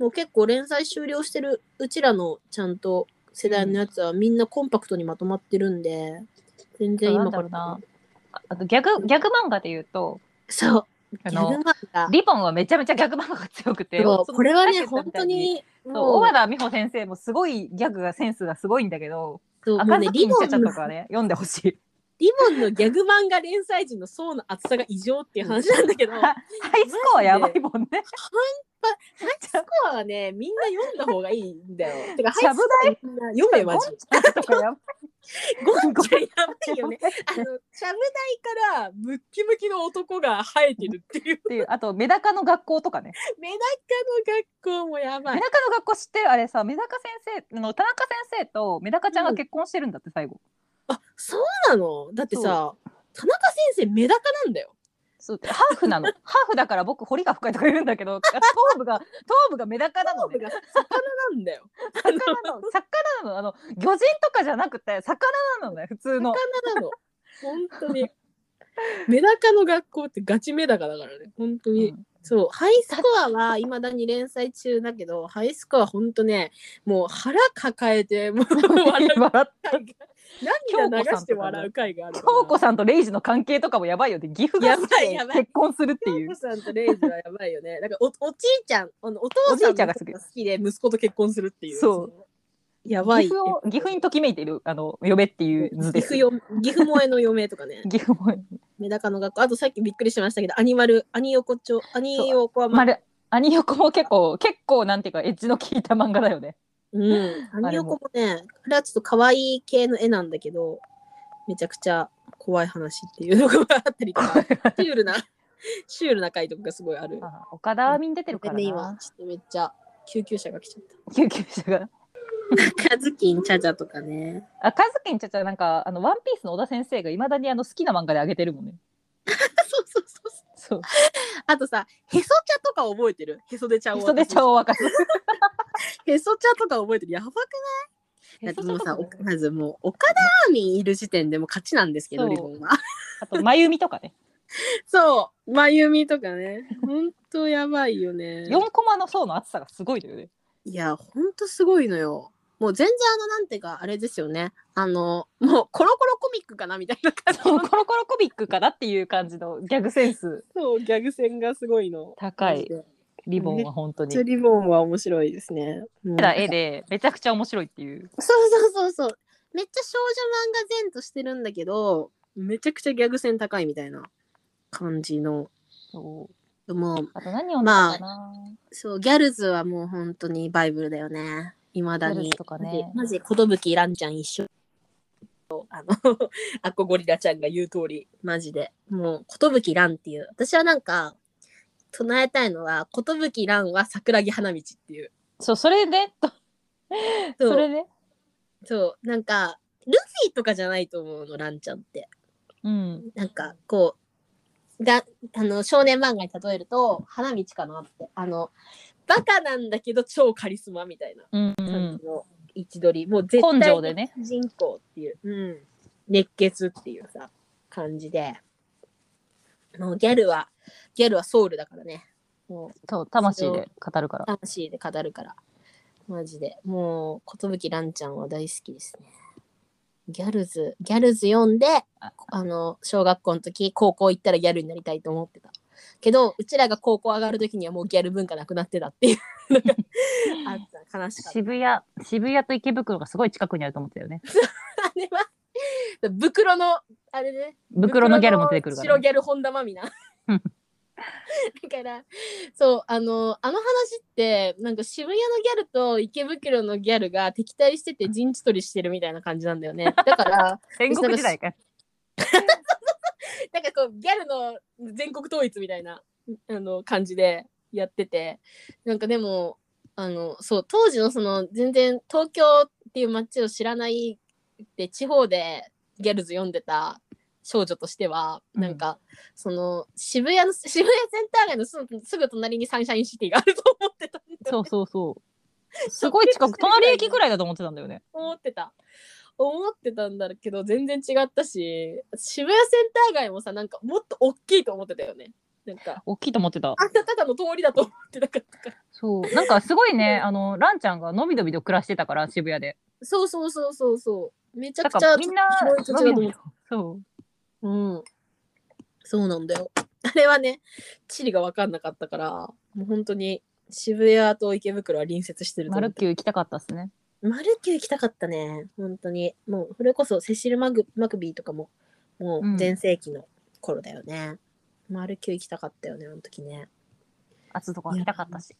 S1: もう結構連載終了してるうちらのちゃんと世代のやつはみんなコンパクトにまとまってるんで、全然
S2: なん
S1: 今
S2: だ
S1: か
S2: ろう
S1: ら。
S2: な。ああと、ギャグ、ギャグ漫画で言うと、
S1: そう、
S2: あ
S1: ギャグ
S2: の、
S1: 漫画。
S2: リボンはめちゃめちゃギャグ漫画が強くて。
S1: そう
S2: その
S1: これはね、
S2: さっき言
S1: 本
S2: ったみた
S1: 当
S2: い。
S1: に、
S2: そう、小
S1: もう、
S2: 原美穂先生もすごいギャグがセンスがすごいんだけど、
S1: そうもう
S2: 赤
S1: ね
S2: ず、き
S1: リ
S2: んち
S1: ボ
S2: ゃ
S1: ン
S2: ちゃとかね、読んでほ しい。
S1: リボンのギャグ漫画連載時の層の厚さが異常っていう話なんだけど、 ハ
S2: ハイスコアやばいもんね。
S1: イスコアはね、みんな読んだ方がいいんだよ。てか、ハ
S2: ちゃ
S1: イ
S2: ぶ
S1: スコアみんな読めマジ。
S2: とかやば
S1: ゴンちゃんやば
S2: い
S1: い
S2: よ
S1: よ
S2: ね。
S1: ね。
S2: っ
S1: あの、ちゃぶ台からムッキムキの男が生えてるっていう。
S2: ていう、あと、メダカの学校とかね。
S1: メダカの学校もやば
S2: メ
S1: い。
S2: ダカの学校知ってるあれさ、メダカ先生、あの、田中先生とメダカちゃんが結婚してるんだって、最後。
S1: あ、そうなのだってさ、田中先生メダカなんだよ。
S2: そうハーフ なのハーフだから僕彫りが深いとか言うんだけど頭部が頭部がメダカなの
S1: 頭
S2: ね
S1: 部が魚なんだよ。
S2: 魚なの魚なのあの魚人とかじゃなくて魚なのね普通の
S1: 魚なの。本当に。メダカの学校ってガチメダカだからね。本当に。
S2: うん
S1: そう、ハイスコアは未だに連載中だけど、ハイスコアほんとね、もう腹抱えて、もう笑う
S2: 笑った
S1: 回が、涙流して笑う回があるから。
S2: 京子さんとレイジの関係とかもやばいよね岐阜が好きで
S1: やばいやばい
S2: 結婚するってい
S1: 京
S2: う
S1: 子さんとレイジはやばいよね。なんかお、おじいちゃん、あのお父
S2: お
S1: さ
S2: じ
S1: ん
S2: いちゃんが好き
S1: のこと好きで、息子と結婚するっていう。
S2: そう
S1: う。やばい。
S2: 岐阜を岐阜にときめいているあの嫁っていう図
S1: 岐
S2: です。
S1: 阜よ岐阜萌えの嫁とかね
S2: 岐阜も
S1: メダカの学校。あとさっきびっくりしましたけど、アニマル、アニヨコチョ、アニヨコアマ
S2: まるアニ横も結構結構なんていうかエッジの効いた漫画だよね。
S1: うん。アニオコもね、あれはちょっと可愛い系の絵なんだけど、めちゃくちゃ怖い話っていうのがあったりとか、シュールな、シュールな回とかがすごいある。
S2: あ岡田アミン出てるから
S1: でね、今、
S2: な。
S1: ちょっとめっちゃ救急車が来ちゃった。
S2: 救急車が。
S1: カズキンチャチャとかね。
S2: あカズキンちゃちゃなんかあのワンピースの小田先生がいまだにあの好きな漫画であげてるもんね。
S1: そうそうそうそ
S2: そう。
S1: う。あとさ、へそ茶とか覚えてるへそで茶を。
S2: 人で茶を沸かす。
S1: へそ茶とか覚えてるやばくないだってもうさ、おまずもう、岡田アーミンいる時点でもう勝ちなんですけど、
S2: そう
S1: リボンは。
S2: あと真由美とかね。
S1: そう、まゆみとかね。ほんとやばいよね。
S2: 4コマの層の厚さがすごい のよね。
S1: いや、ほんとすごいのよ。もう全然あの、なんていうか、あれですよね。あの、もうコロコロコミックかなみたいな感
S2: そうコロコロコミックかなっていう感じのギャグセンス
S1: そう、ギャグ戦がすごいの。
S2: 高い
S1: めっ
S2: リボンは本当に
S1: ちゃ。リボンは面白いですね。うん
S2: ただ絵でめちゃくちゃ面白いっていう。
S1: そうそうそうそう。めっちゃ少女漫画前としてるんだけど、めちゃくちゃギャグ戦高いみたいな感じの。
S2: そう
S1: もう、
S2: あと何読んだかな、
S1: そう、ギャルズはもう本当にバイブルだよね。いまだ
S2: ギャル
S1: に
S2: ズ。とかね
S1: マジ、ことぶきらんちゃん一緒。あの、 アッコゴリラちゃんが言う通り、マジで。もう、ことぶきらんっていう。私はなんか、唱えたいのは、ことぶきらんは桜木花道っていう。
S2: そう、それで、と
S1: そう
S2: それで、
S1: そう、なんか、ルフィとかじゃないと思うの、ランちゃんって。
S2: うん。
S1: なんか、こう、が、あの、少年漫画に例えると、花道かなって。あの、バカなんだけど超カリスマみたいな。
S2: うん、う
S1: 感
S2: ん。
S1: じの位置取り、もう絶対
S2: 根性でね
S1: 人口っていう、うん、熱血っていうさ感じでもうギャルはギャルはソウルだからねもう
S2: そう、魂で語るから。
S1: 魂で語るからマジでもう寿蘭ちゃんは大好きですねギャルズギャルズ読んで
S2: あ
S1: あの小学校の時高校行ったらギャルになりたいと思ってたけどうちらが高校上がる時にはもうギャル文化なくなってたっていうのが あった悲しかった
S2: 渋谷、渋谷と池袋がすごい近くにあると思ってたよね。
S1: あれは、袋の、あれね。
S2: 袋のギャルも出てくるか
S1: 袋
S2: ら、
S1: の白ギャル本田真美な。だ
S2: うん
S1: から、そう、あの、あの話って、なんか渋谷のギャルと池袋のギャルが敵対してて陣地取りしてるみたいな感じなんだよね。だから、
S2: 戦国時代か。
S1: なんかこう、ギャルの全国統一みたいな、あの、感じでやってて、なんかでも、あの、そう、当時のその、全然東京っていう街を知らないで、地方でギャルズ読んでた少女としては、
S2: うん
S1: なんか、その、渋谷の、渋谷センター街のすすぐ隣にサンシャインシティがあると思ってたんだ
S2: そ
S1: よ
S2: う
S1: ね。
S2: そうそう。すごい近く、隣駅ぐらいだと思ってたんだよね。
S1: 思ってた。思ってたんだけど、全然違ったし、渋谷センター街もさ、なんかもっと大きいと思ってたよね。なんか、
S2: 大きいと思ってた。
S1: あんたただの通りだと思ってなかったから。
S2: そう。なんかすごいね、あの、ランちゃんがのびのびと暮らしてたから、渋谷で。
S1: そうそうそうそうそう。めちゃ
S2: だ
S1: く
S2: か
S1: ちゃ
S2: らみんな、
S1: 広い土地だと思う。
S2: そう。
S1: うん。そうなんだよ。あれはね、地理が分かんなかったから、もう本当に渋谷と池袋は隣接してると
S2: マ
S1: 思
S2: ル
S1: う。
S2: キュー行きたかったっすね。
S1: マルキュー行きたかったね。本当に。もう、それこそセシルマグ・マクビーとかも、も
S2: う
S1: うん全盛期の頃だよね。マルキュー行きたかったよね、あの時ね。
S2: あつとか行きたかったし。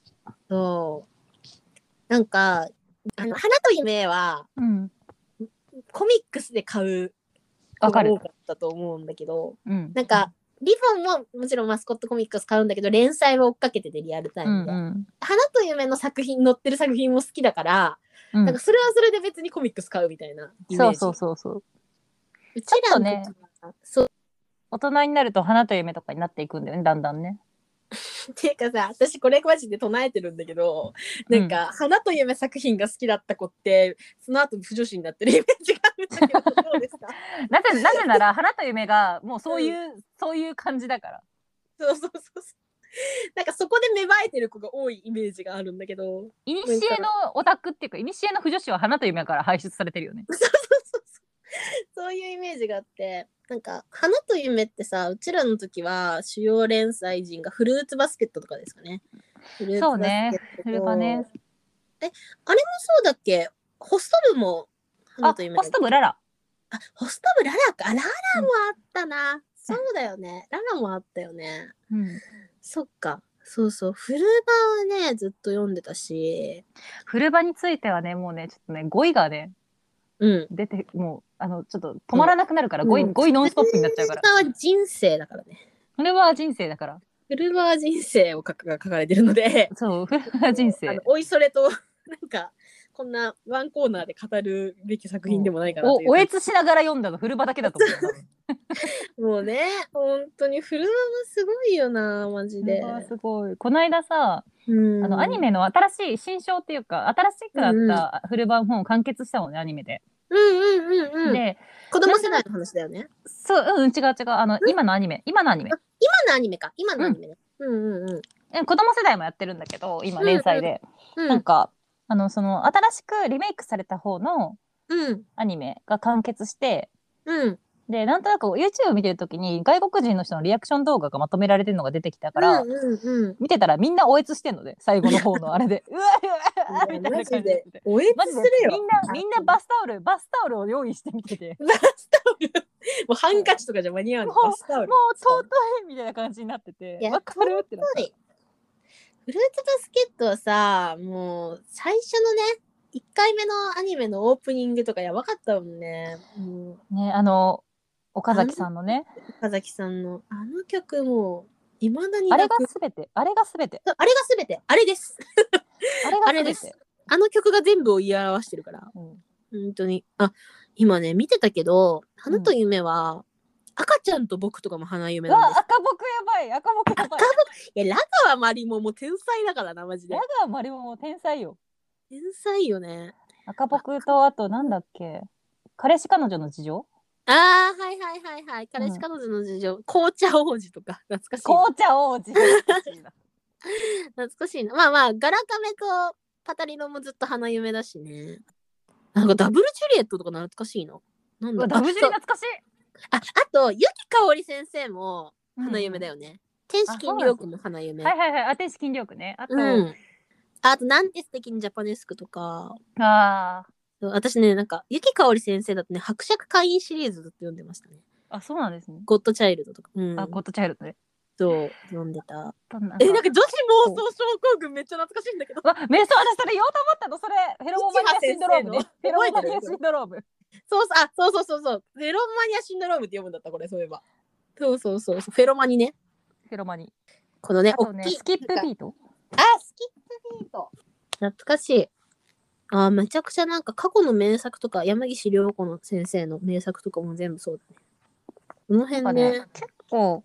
S1: そう。なんか、あの、花と夢は、
S2: うん。
S1: コミックスで買う
S2: わかる
S1: 多かったと思うんだけど
S2: うん。
S1: なんかリボンももちろんマスコットコミックス買うんだけど連載は追っかけててリアルタイ
S2: う
S1: ム
S2: ん
S1: で、
S2: うん、
S1: 花と夢の作品載ってる作品も好きだから、
S2: うん。
S1: なんかそれはそれで別にコミックス買うみたいなイメ
S2: そ
S1: ー
S2: う
S1: ジ
S2: そうそうそう。
S1: うちらの時は
S2: ちょ
S1: そう
S2: 大人になると花と夢とかになっていくんだよね、だんだんね。
S1: っていうかさ私これマジで唱えてるんだけどなんか、花と夢作品が好きだった子ってその後不女子になってるイメージがあるんだけどどうですか
S2: な ぜ、なぜなら、花と夢がもうそういう、そういう感じだから。
S1: そうそうそうそうなんかそこで芽生えてる子が多いイメージがあるんだけど
S2: いにしえのオタクっていうか、いにしえの腐女子は花と夢から排出されてるよね。
S1: そうそうそういうイメージがあってなんか「花と夢」ってさうちらの時は主要連載人がフルーツバスケットとかですかね。フルーツ
S2: そうね
S1: バスケットと
S2: それがね。
S1: あれもそうだっけホスト部も
S2: あ、
S1: 花と夢だ
S2: ホ
S1: っ
S2: ス
S1: け
S2: トブララ。
S1: あホスト部ララかララもあったな。そうだよね。ララもあったよね。
S2: うん。
S1: そっか。そうそう、フルバはね、ずっと読んでたし、
S2: フルバについてはね、もうね、ちょっとね、語彙がね、
S1: うん。
S2: 出て、もう、あの、ちょっと止まらなくなるから、語彙、
S1: うん
S2: 語彙ノンストップになっちゃうから
S1: フ。ルバは人生だからね。
S2: これは人生だから。
S1: フルバは人生を書くが書か れてるので、
S2: そう、フルバは人
S1: あの
S2: 生。
S1: おいそれと、 なんか、こんなワンコーナーで語るべき作品でもないかな
S2: お
S1: という、
S2: おえつしながら読んだの、フルバだけだと思う多分。
S1: もうね、本当にフルバはすごいよな、マジ
S2: フル
S1: で
S2: バ。はすごい。この間さ、
S1: うん
S2: あのアニメの新しい新章っていうか新しくなったフル版本を完結したのねアニメで。
S1: うんうんうんうん。
S2: で
S1: 子供世代の話だよね。
S2: そううんうん違う違うあの今のアニメ今のアニメ
S1: あ今のアニメか。今のアニメね。うんうんうん。
S2: うん子供世代もやってるんだけど今連載で、
S1: うん
S2: なんかあのその新しくリメイクされた方の
S1: うん
S2: アニメが完結して
S1: うん。
S2: でなんとなく YouTube 見てる時に外国人の人のリアクション動画がまとめられてるのが出てきたから、
S1: うんうんうん。
S2: 見てたらみんなおえつしてんのね最後の方のあれ でうわうわうわ みたいな感じで。
S1: おえ
S2: マ
S1: つ
S2: ジ
S1: す
S2: で
S1: る
S2: み
S1: よ。
S2: んなみんなバスタオルバスタオルを用意してみてて
S1: バスタオル。 もうハンカチとかじゃ間に合うの。
S2: もう
S1: バスタオル。
S2: もう尊いみたいな感じになってて
S1: い、や
S2: わかるってなっ
S1: はいフルーツバスケットはさ、もう最初のね、1回目のアニメのオープニングとかやばかったもんね。もう
S2: た。ね、あの、岡崎さんのね、
S1: 岡崎さんのあの曲も、いまだに
S2: あれが
S1: 泣く
S2: すべて、あれがすべて、
S1: あれが全て、あれです。
S2: あれが
S1: あれです
S2: すべて。
S1: あの曲が全部を言い表してるから。
S2: うん
S1: 本当に。あ、今ね、見てたけど、花と夢は、赤ちゃんと僕とかも花
S2: う
S1: 夢なん
S2: わ、
S1: です。
S2: 赤僕やばい、赤僕やばい。
S1: いや、ラガワマリももう天才だからな、マジで
S2: ラ。ガーマリももう天才よ。
S1: 天才よね。
S2: 赤僕と、あと、なんだっけ、彼氏彼女の事情
S1: ああ、はいはいはいはい。彼氏彼女の事情。紅茶王子とか、懐かしいな。
S2: 紅茶王 子。
S1: 懐かしいな。まあまあ、ガラカメとパタリロもずっと花夢だしね。なんかダブルジュリエットとか懐かしいな。なん
S2: う
S1: だ
S2: わダブジュリ
S1: あそう
S2: 懐かしい。
S1: ああと、ゆきかおり先生も
S2: うん
S1: 花夢だ。よね。天使金良子も花夢。
S2: はいはいはい、あ、天使金力ね。あと、
S1: うん。あと、なんて素敵にジャパネスクとか。
S2: あ
S1: そう私ね、なんか、ゆきかおり先生だとね、伯爵会員シリーズずっと読んでましたね。
S2: ーあ、そうなんですね。
S1: ゴッドチャイルドとか。うん。
S2: あ、ゴッドチャイルドね。
S1: そう、読んでた。
S2: どんな
S1: え、なんか女子妄想症候群めっちゃ懐かしいんだけど。
S2: わ、瞑想、私それ言おうと思ったの、それ、フェロモンマニアシンドロームね
S1: 市。
S2: フェロモンマニアシンドローム。
S1: そうそう、あ、そうそうそうそう。フェロマニアシンドロームって読むんだった、これ、そういえば。そうそうそうそう。フェロマニね。
S2: フェロマニ。
S1: このね、
S2: あ
S1: お
S2: と
S1: っ
S2: ね、
S1: きい。
S2: スキップビート。
S1: あ、スキップビート。懐かしい。あーめちゃくちゃなんか過去の名作とか、山岸涼子の先生の名作とかも全部そうだね。この
S2: なんか
S1: 辺
S2: ね
S1: ね。、
S2: 結構、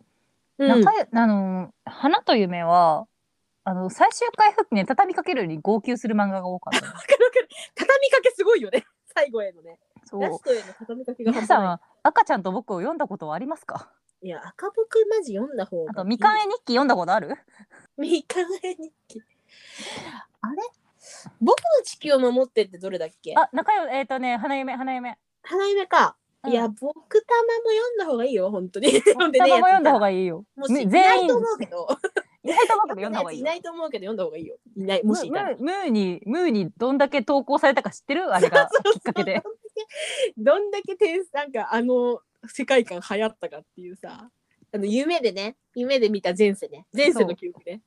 S1: うん、
S2: 仲よあの、花と夢は。あの最終回復帰ね畳みかけるより号泣する漫画が多か った
S1: 畳みかけすごいよね。最後へのね。
S2: そ
S1: ラス
S2: う
S1: トへの畳みかけが
S2: 皆
S1: 半
S2: さん
S1: 端な
S2: は赤ちゃんと僕を読んだことはありますか
S1: い。いや、赤僕マジ読んだ方が。
S2: あとみかん絵日記読んだことある
S1: 未開日記。あれ僕の地球を守ってってどれだっけ
S2: あ仲よえっ、とね花夢花夢
S1: 花嫁か。
S2: うん
S1: いや、僕玉も読んだ方がいいよ、本 当に。読んで
S2: た
S1: ねえ
S2: まも読んだ方
S1: が
S2: がいいよ
S1: もし
S2: ね
S1: いない
S2: 全員
S1: と思うけど。
S2: いないと思うけど読んだ方がいい
S1: い
S2: よ
S1: ないと思うけど読んだ方がいいよ。いない、もしい
S2: ム
S1: たら。
S2: ームーにムーにどんだけ投稿されたか知って るあれがきっかけで
S1: どんだけ天なんかあの世界観流行ったかっていうさ。あの夢でね、夢で見た前世ね。前世の記憶ね。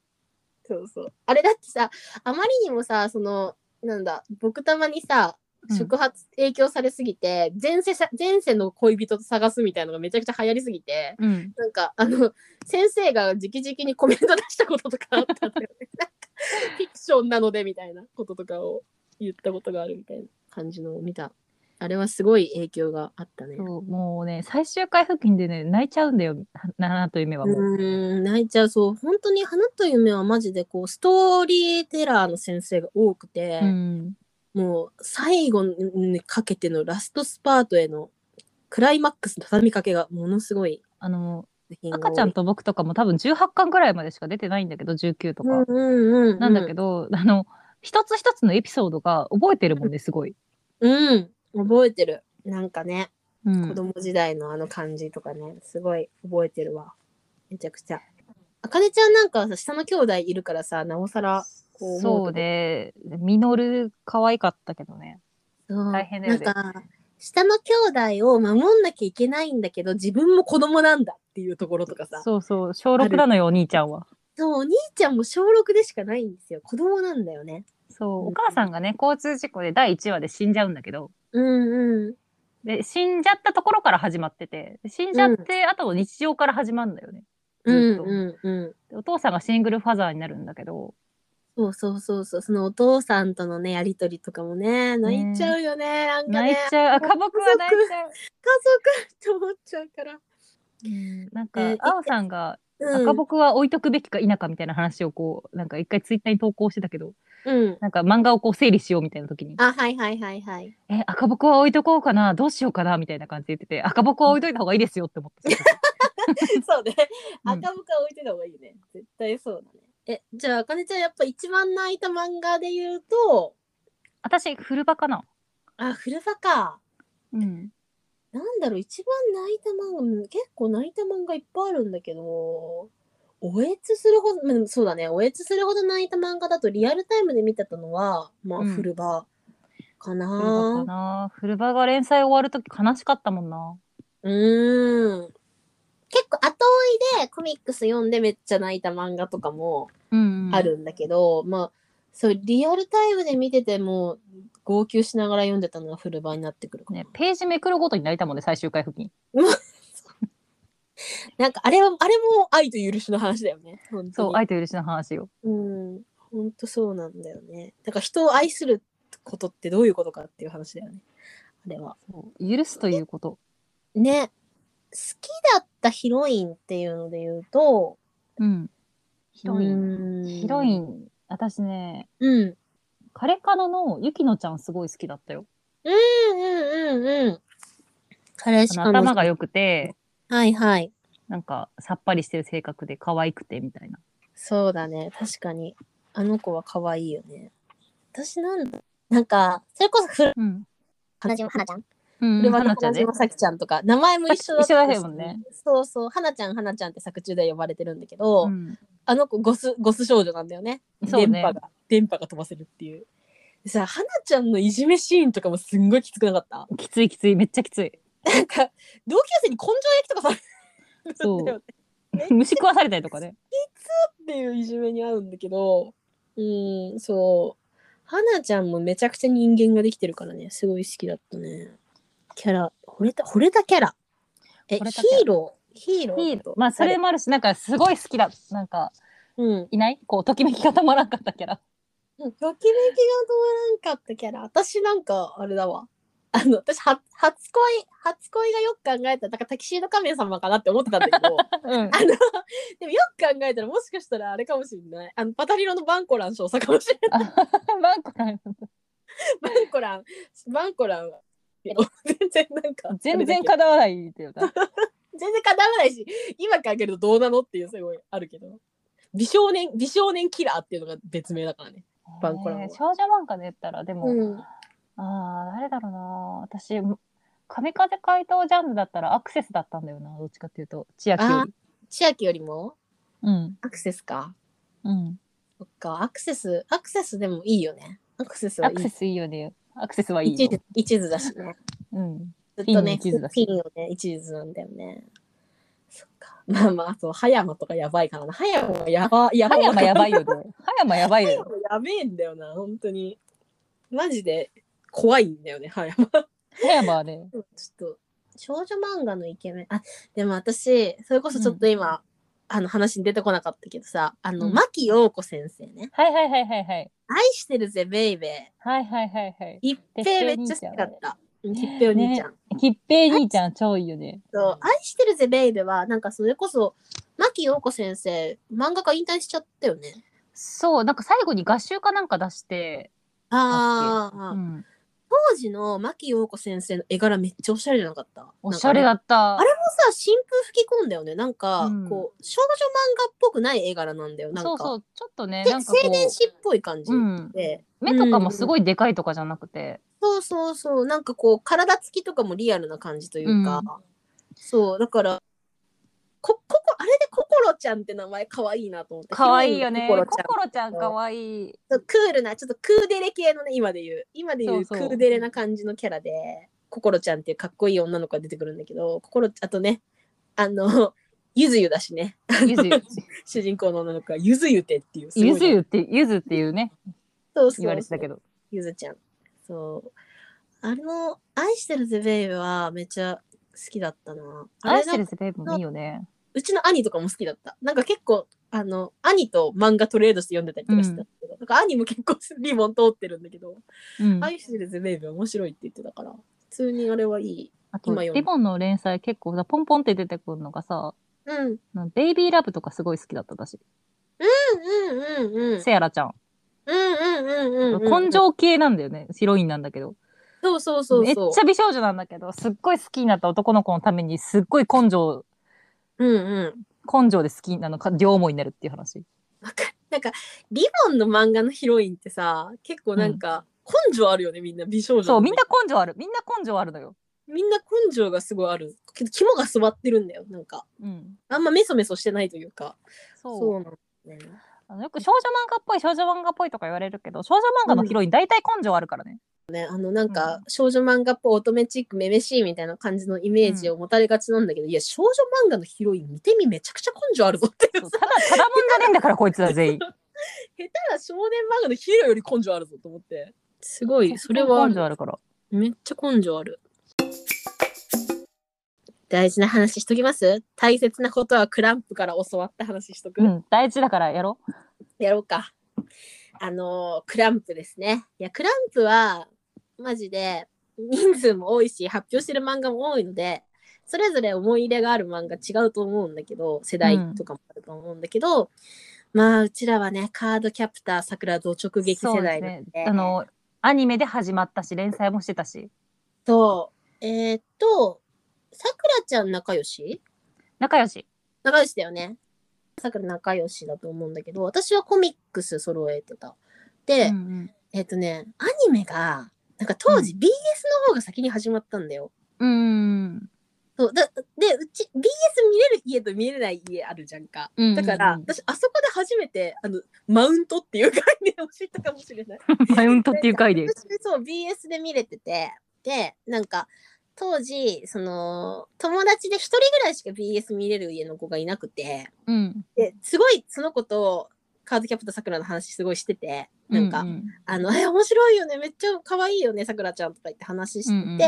S1: そうそう。あれだってさ、あまりにもさ、その、なんだ、僕玉にさ、
S2: うん
S1: 触発、影響されすぎて、前世さ、前世の恋人と探すみたいなのがめちゃくちゃ流行りすぎて、
S2: うん、
S1: なんかあの先生が直々にコメント出したこととかあったんだよね。 なんかフィクションなのでみたいなこととかを言ったことがあるみたいな感じのを見た。あれはすごい影響があったね。う
S2: そうもうね最終回付近でね泣いちゃうんだよなという夢はもう、
S1: ーん泣いちゃうそう本当に「花と夢」はマジでこうストーリーテラーの先生が多くて、
S2: うん
S1: もう最後にかけてのラストスパートへのクライマックスの畳みかけがものすごい
S2: あの
S1: 作品が多い
S2: 赤ちゃんと僕とかも多分18巻ぐらいまでしか出てないんだけど19と
S1: うん
S2: か、
S1: うんうん、
S2: なんだけどあの一つ一つのエピソードが覚えてるもんねすごい、
S1: うん覚えてるなんかね
S2: うん
S1: 子供時代のあの感じとかね、すごい覚えてるわ。めちゃくちゃ。あかねちゃんなんかはさ、下の兄弟いるからさ、なおさら、こう思うと
S2: そうでミノル可愛かったけどね大変だよね
S1: なんか、下の兄弟を守んなきゃいけないんだけど、自分も子供なんだっていうところとかさ、
S2: そうそう小6なのよお兄ちゃんは
S1: そう、お兄ちゃんも小6でしかないんですよ。子供なんだよね。
S2: そう、お母さんがね、交通事故で第1話で死んじゃうんだけど、
S1: うんうん。
S2: で、死んじゃったところから始まってて、で死んじゃって、あとの日常から始まるんだよね。
S1: うん
S2: ずっと
S1: うんうん。
S2: でお父さんがシングルファザーになるんだけど、
S1: そうそうそうそう。そのお父さんとのね、やりとりとかもね、泣いちゃうよね。なんか
S2: 泣い
S1: ね、
S2: ちゃう、あ家族は泣いちゃう。
S1: 家族って思っちゃうから。
S2: なんか
S1: ね、
S2: あおさんが
S1: うん、
S2: 赤僕は置いとくべきか否かみたいな話をこう、なんか一回ツイッターに投稿してたけど、
S1: うん。
S2: なんか漫画をこう整理しようみたいな時に、
S1: あ、はいはいはいはい。
S2: え、赤僕は置いとこうかな、どうしようかなみたいな感じで言ってて、赤僕は置いといた方がいいですよって思っ てた。
S1: そうね。
S2: うん
S1: 赤部から置いてた方がいいね。絶対そうだね。え、じゃあ、あかねちゃん、やっぱ一番泣いた漫画で言うと、
S2: 私、古場かな。
S1: あ、古場か。
S2: うん。
S1: なんだろう、一番泣いた漫画、結構泣いた漫画いっぱいあるんだけど、おえつするほど、まあでもそうだね、おえつするほど泣いた漫画だとリアルタイムで見てたのは、まあ、
S2: うん
S1: 古場か
S2: 古場
S1: な。
S2: かな。古場が連載終わる時悲しかったもんな。
S1: うーん。結構後追いでコミックス読んでめっちゃ泣いた漫画とかも
S2: うん
S1: あ。るんだけど、まあ、そう、リアルタイムで見てても、号泣しながら読んでたのが古場になってくるかな。
S2: ね、ページめくるごとに泣いたもんね、最終回付近。
S1: なんか、あれは、あれも愛と許しの話だよね。本当に
S2: そう、愛と許しの話を。
S1: うん、ほんとそうなんだよね。だから人を愛することってどういうことかっていう話だよね。あれは。
S2: そう許すということ。
S1: ね。好きだったヒロインっていうので言うと、
S2: うん。ヒロイン。
S1: ン
S2: ヒロイ
S1: ン。
S2: ン、私ね、
S1: うん。うん
S2: カレカノのゆきのちゃんすごい好きだったよ。
S1: うんうんうん。彼氏
S2: あ
S1: か
S2: の
S1: も。
S2: 頭が良くて、
S1: はいはい。
S2: なんかさっぱりしてる性格で可愛くてみたいな。
S1: そうだね。確かに。あの子は可愛いよね。私なんだ。なんか、それこそ、ふる、
S2: うん。
S1: 花島花ちゃん
S2: うん、
S1: 車
S2: は
S1: の
S2: なちゃん
S1: 花
S2: ね
S1: 島。さきちゃんとか、名前も一緒だ
S2: 一緒だ
S1: し
S2: よね。
S1: そうそう、花ちゃん、花ちゃんって作中で呼ばれてるんだけど、
S2: うん
S1: あの子ゴス、ゴス少女なんだよね。
S2: そうね
S1: 電波が、電波が飛ばせるっていう。でさ、花ちゃんのいじめシーンとかもすんごいきつくなかった。
S2: きついきつい、めっちゃきつい。
S1: なんか、同級生に根性焼きとかされるんだよね。
S2: 虫食わされたりとかね。
S1: っていういじめに合うんだけど、うん、そう。花ちゃんもめちゃくちゃ人間ができてるからね、すごい好きだったね。キャラ、惚れた、惚れたキャラ。え、ヒ
S2: 惚れたキャラ
S1: ーロー。ヒーロー。
S2: ヒーローまあそれもあるし、なんかすごい好きだ。なんか、
S1: うん。
S2: いないこう、ときめきがたまらんかったキャラ。
S1: ときめきが止まらんかったキャラ。私なんか、あれだわ。あの、私は、初恋、初恋がよく考えたら、だからタキシード仮面様かなって思ってたんだけ ど、あ
S2: うん。
S1: の、でもよく考えたら、もしかしたらあれかもしれない。あの、パタリロのバンコラン少佐かもしれない。
S2: あマンコさん
S1: バンコラン、バンコランは、全然なんか、
S2: 全然
S1: か、
S2: かなわないってい うか。
S1: 全然かなわないし、今考えるとどうなのっていうすごいあるけど。美少年、美少年キラーっていうのが別名だからね。バンコランは
S2: ね少女漫画で言ったら、でも、
S1: うん。
S2: ああ、誰だろうな。私、神風怪盗ジャンルだったらアクセスだったんだよな。どっちかっていうと、千秋より。
S1: 千秋よりも
S2: うん。
S1: アクセスか。
S2: うん。
S1: そっか、アクセス、アクセスでもいいよね。アクセスは
S2: ア
S1: い
S2: クセスいいよね。アクセスはい
S1: い。
S2: い
S1: 一
S2: よ
S1: 途。一途だしね。
S2: うん。
S1: ずっとね、
S2: ピン
S1: ピ
S2: 一途
S1: ン
S2: だし
S1: をね、一途なんだよね。そっか。まあまあ、そう、葉山とかやばいからな。葉山はやば、やば
S2: 葉
S1: い。
S2: 山やばいよね。葉山やばい
S1: 葉
S2: よ。
S1: 山やべえんだよな、本当に。マジで怖いんだよね、葉山。
S2: 葉山はね。
S1: ちょっと、少女漫画のイケメン。あ、でも私、それこそちょっと今、あの話に出てこなかったけどさ、あの、
S2: うん
S1: 牧陽子先生ね。
S2: はいはいはいはいはい。
S1: 愛してるぜ、ベイベー。
S2: はいはいはいはい。
S1: 一平めっちゃ好きだった。うんきっぺお兄ちゃん。
S2: きっぺい兄ちゃん超いいよね。
S1: そう愛してるぜ、ベイベーは、なんかそれこそ、牧陽子先生、漫画家引退しちゃったよね。
S2: そう、なんか最後に合集かなんか出して、
S1: ああ、
S2: うん、
S1: 当時の牧陽子先生の絵柄めっちゃおしゃれじゃなかった。
S2: おしゃれだ
S1: なんか
S2: った。
S1: あれあれもさ、新風吹き込んだよね。なんか、
S2: うん
S1: こう、少女漫画っぽくない絵柄なんだよ。なんか、
S2: そうそう、ちょっとね、
S1: で
S2: なんかこう
S1: 青年誌っぽい感じ
S2: うん、
S1: で、
S2: 目とかもす
S1: い、
S2: ごいでかいとかじゃなくて、
S1: そうそうそうなんかこう体つきとかもリアルな感じというか、
S2: うん
S1: そうだからこここあれでココロちゃんって名前可愛いなと思って
S2: 可愛いよね。
S1: ヒロイン
S2: 心
S1: のココロちゃん
S2: ちゃん可愛い。
S1: そうクールなちょっとクーデレ系のね今で言う今で言うク
S2: そうそう
S1: ーデレな感じのキャラでココロちゃんっていうかっこいい女の子が出てくるんだけどココロあとねあのゆず湯だしね。
S2: ゆずゆ。
S1: 主人公の女の子はゆずゆてっていう。すごいね
S2: ゆずゆって、ゆずっていうね、
S1: そうそうそう
S2: 言われてたけど。
S1: ゆずちゃん。そう。あの、愛してるぜベイブはめっちゃ好きだったな。あ
S2: 愛
S1: れ
S2: して
S1: なん
S2: る
S1: か
S2: ぜ、ベイブもいいよね。
S1: うちの兄とかも好きだった。なんか結構、あの、兄と漫画トレードして読んでたりとかしてたんだけど、なんか兄も結構リボン通ってるんだけど、
S2: うん。
S1: 愛してるぜベイブは面白いって言ってたから、普通にあれはいい。
S2: あと、
S1: 今読んだ
S2: リボンの連載結構さ、ポンポンって出てくるのがさ、
S1: うん。うん
S2: ベイビーラブとかすごい好きだった私。
S1: うんうんうん。
S2: セアラちゃん。
S1: うんうんうんうんうん。
S2: 根。性系なんだよね。ヒロインなんだけど。
S1: そうそうそうそう。
S2: めっちゃ美少女なんだけど、すっごい好きになった男の子のために、すっごい根性、
S1: うんうん。
S2: 根性で好きなのか、両思いになるっていう話。
S1: わかるなんか、リボンの漫画のヒロインってさ、結構なんか、根性あるよね、みんな美少女。
S2: そう、みんな根性ある。みんな根性あるのよ。
S1: みんな根性がすごいある。けど、肝が座ってるんだよ、なんか。
S2: うん。
S1: あんまメソメソしてないというか。
S2: そう
S1: なのね。
S2: あのよく少女漫画っぽい少女漫画っぽいとか言われるけど少女漫画のヒロイン大体根性あるからね。
S1: ね、あの、なんか、
S2: う
S1: 少女漫画っぽいオートメチック、めめしいみたいな感じのイメージを持たれがちなんだけど、いや、少女漫画のヒロイン見てみめちゃくちゃ根性あるぞっていう
S2: そう
S1: さ
S2: ただただもんじゃねえんだ からこいつら全員。
S1: 下手な少年漫画のヒーローより根性あるぞと思って。すごい、それはあ
S2: 根
S1: る
S2: 性あるから。
S1: めっちゃ根性ある。大事な話しときます大切なことはクランプから教わった話しとく、
S2: うん大事だからやろう。
S1: やろうか。あのークランプですね。いや、クランプは、マジで、人数も多いし、発表してる漫画も多いので、それぞれ思い入れがある漫画違うと思うんだけど、世代とかもあると思うんだけど、まあ、うちらはね、カードキャプター桜堂直撃世代な
S2: そう
S1: の
S2: ですね。あのアニメで始まったし連載もしてたし
S1: と、えーっと、さくらちゃん仲良し
S2: 仲良し。
S1: 仲良しだよね。さくら仲良しだと思うんだけど、私はコミックス揃えてた。で、
S2: うんうん
S1: えーっとね、アニメが、なんか当時
S2: う
S1: BS の方が先に始まったんだよ。
S2: うん
S1: そうだで、うち BS 見れる家と見れない家あるじゃんか。
S2: うん
S1: だから、
S2: うんうん
S1: 私、あそこで初めて、あの、マウントっていう概念を知ったかもしれない。
S2: マウントってい う回で。
S1: 私そう BS で見れててでなんか当時その友達で一人ぐらいしか BS 見れる家の子がいなくて
S2: うん。
S1: ですごいその子とカードキャプターさくらの話すごいしててなんか、
S2: うう
S1: あのえ面白いよねめっちゃ可愛いよねさくらちゃんとか言って話してて、
S2: うんうん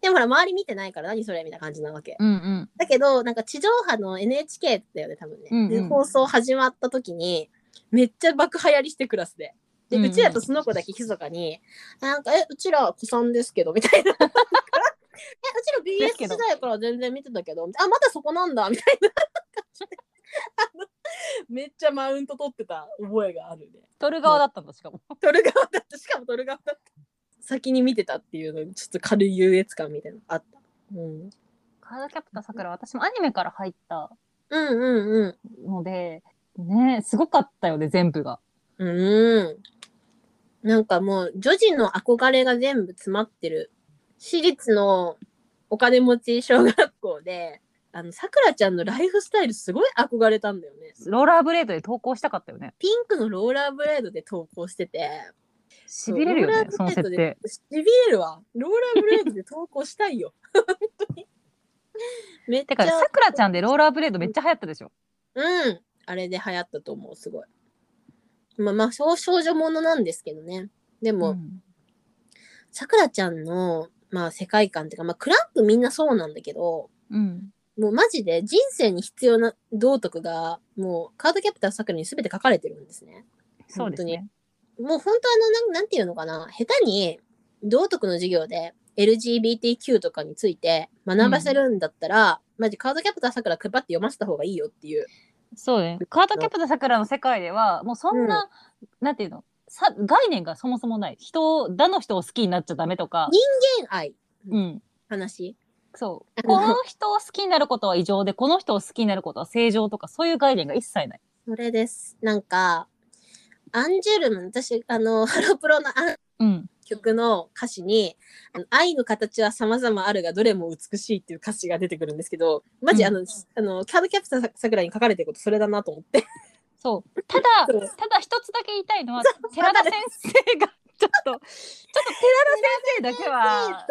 S1: でもほら周り見てないから何それみたいな感じなわけ
S2: うんうん
S1: だけどなんか地上波の NHK だよね多分ね、
S2: うんうん
S1: で放送始まった時にめっちゃ爆流行りしてクラスで。で、
S2: うん
S1: う
S2: うん
S1: ちらとその子だけ密かに、なんか、え、うちら子さんですけど、みたい な。え、うちら
S2: です
S1: BS 時
S2: けど
S1: 代から全然見てたけど、あ、またそこなんだ、みたいな感じで。あのめっちゃマウント取ってた覚えがあるね。
S2: 撮る側だったんだしかも。
S1: 撮る側だった、しかも撮る側だった。先に見てたっていうのに、ちょっと軽い優越感みたいなのあった。うん。
S2: カードキャプターさくら私もアニメから入った
S1: うんうんうん。
S2: のでねすごかったよね全部が。
S1: うーん。なんかもう、女児の憧れが全部詰まってる。私立のお金持ち小学校で、あの、さくらちゃんのライフスタイルすごい憧れたんだよね。
S2: ローラーブレードで投稿したかったよね。
S1: ピンクのローラーブレードで投稿してて。
S2: しびれるよね、そ
S1: ローラーブレー
S2: の設
S1: ドで
S2: 定。
S1: しびれるわ。ローラーブレードで投稿したいよ。 本当に。めってち
S2: か、
S1: ゃ、
S2: さくらちゃんでローラーブレードめっちゃ流行ったでしょ。
S1: うん。あれで流行ったと思う、すごい。まあまあ、少少女ものなんですけどね。でも、
S2: うん
S1: さくらちゃんの、まあ、世界観っていうか、まあ、クランプみんなそうなんだけど、
S2: うん。
S1: もうマジで人生に必要な道徳が、もうカードキャプターさくらに全て書かれてるんですね。
S2: そうですね。
S1: もう本当あの、なんなんていうのかな、下手に道徳の授業で LGBTQ とかについて学ばせるんだったら、マジカードキャプターさくら配って読ませた方がいいよっていう。
S2: そうね。カードキャプターさくらの世界では、もうそんな、なんていうのさ概念がそもそもない。人を、だの人を好きになっちゃダメとか、
S1: 恋愛、
S2: うん。
S1: 話。
S2: そう。
S1: あの
S2: この人を好きになることは異常で、この人を好きになることは正常とか、そういう概念が一切ない。
S1: それです。なんか、アンジュルム、私、あの、 ハロプロのアン
S2: うん。
S1: 曲の歌詞に「あの愛の形は様々あるがどれも美しい」っていう歌詞が出てくるんですけどマジ
S2: うん
S1: あの、あのキャードキャプターさくらに書かれてることそれだなと思って
S2: そう。ただ、
S1: そ
S2: た
S1: う
S2: だ一つだけ言いたいのは、寺田先生が、ちょっと、ちょっと寺田先生だけは、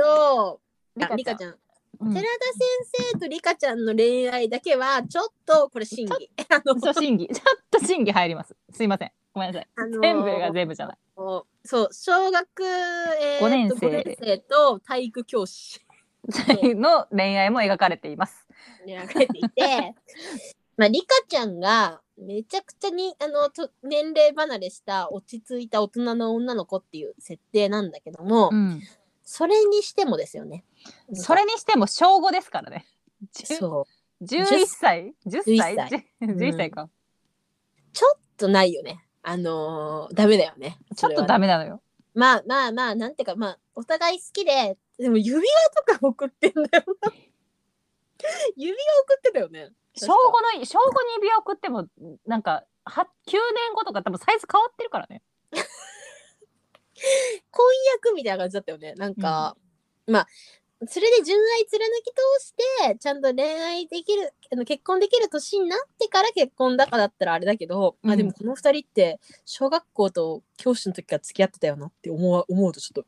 S1: と
S2: リカちゃん
S1: リカちゃん
S2: うん
S1: 寺田先生とリカちゃんの恋愛だけはちょっとこれ審議あの
S2: そう審議ちょ っと審議入りますすいませんごめんなさい
S1: あのー
S2: 全部が全部じゃない
S1: そう小学、えーと
S2: 五年生
S1: 五年生と体育教 師
S2: の恋愛も描かれています
S1: に描かれていてまあリカちゃんがめちゃくちゃにあのと年齢離れした落ち着いた大人の女の子っていう設定なんだけども、
S2: うん
S1: それにしてもですよね
S2: それにしても小5ですからね10
S1: そう
S2: 11歳10歳
S1: 11
S2: 11歳か、
S1: ちょっとないよねあのーダメだよね
S2: ちょっと
S1: メ
S2: ダメなのよ
S1: まあまあまあなんていうかまあお互い好きででも指輪とか送ってんだよな 指輪送ってたよね
S2: 小5の小5に指輪送ってもなんかは9年後とか多分サイズ変わってるからね
S1: 婚約みたいな感じだったよねなんか、まあそれで純愛貫き通してちゃんと恋愛できるあの結婚できる年になってから結婚だからだったらあれだけど、
S2: う
S1: あ
S2: ん
S1: でもこの二人って小学校と教師の時から付き合ってたよなって思わ思うとちょっと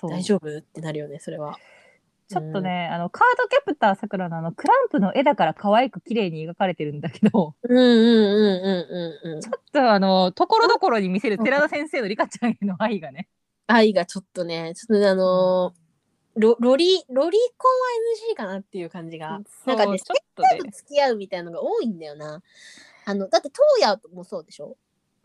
S2: そう
S1: 大丈夫ってなるよねそれは。
S2: ちょっとね、あのカードキャプターさくらのあのクランプの絵だから可愛く綺麗に描かれてるんだけど
S1: うんうんうんうんうんうん。
S2: ちょっとあのところどころに見せる寺田先生のリカちゃんへの愛がね
S1: 愛がちょっとねちょっとねあのーロロリロリコンは NG かなっていう感じが。なんかね
S2: そうちょっと
S1: と付き合うみたいのが多いんだよな。あのだって東野もそうでしょ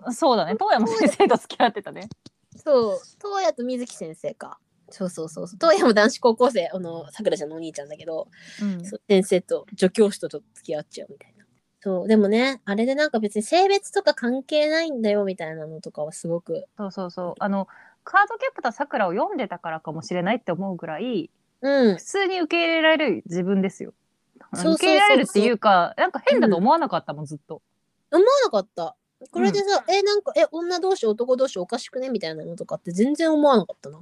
S2: ねそうだね東野も先生と付き合ってたね
S1: そう東野と水木先生か。そうそうそうそう東野も男子高校生あのさくらちゃんのお兄ちゃんだけど、
S2: うん
S1: そう先生と助教師とちょっと付き合っちゃうみたいな。そうでもねあれでなんか別に性別とか関係ないんだよみたいなのとかはすごく。
S2: そうそうそうあのカードキャプターさくらを読んでたからかもしれないって思うぐらい
S1: うん
S2: 普通に受け入れられる自分ですよ
S1: そうそうそうそう
S2: 受け入れられるっていうかなんか変だと思わなかったもん、ずっと
S1: 思わなかった。これでさ、え、なんか、え、女同士、男同士おかしくねみたいなのとかって全然思わなかったな。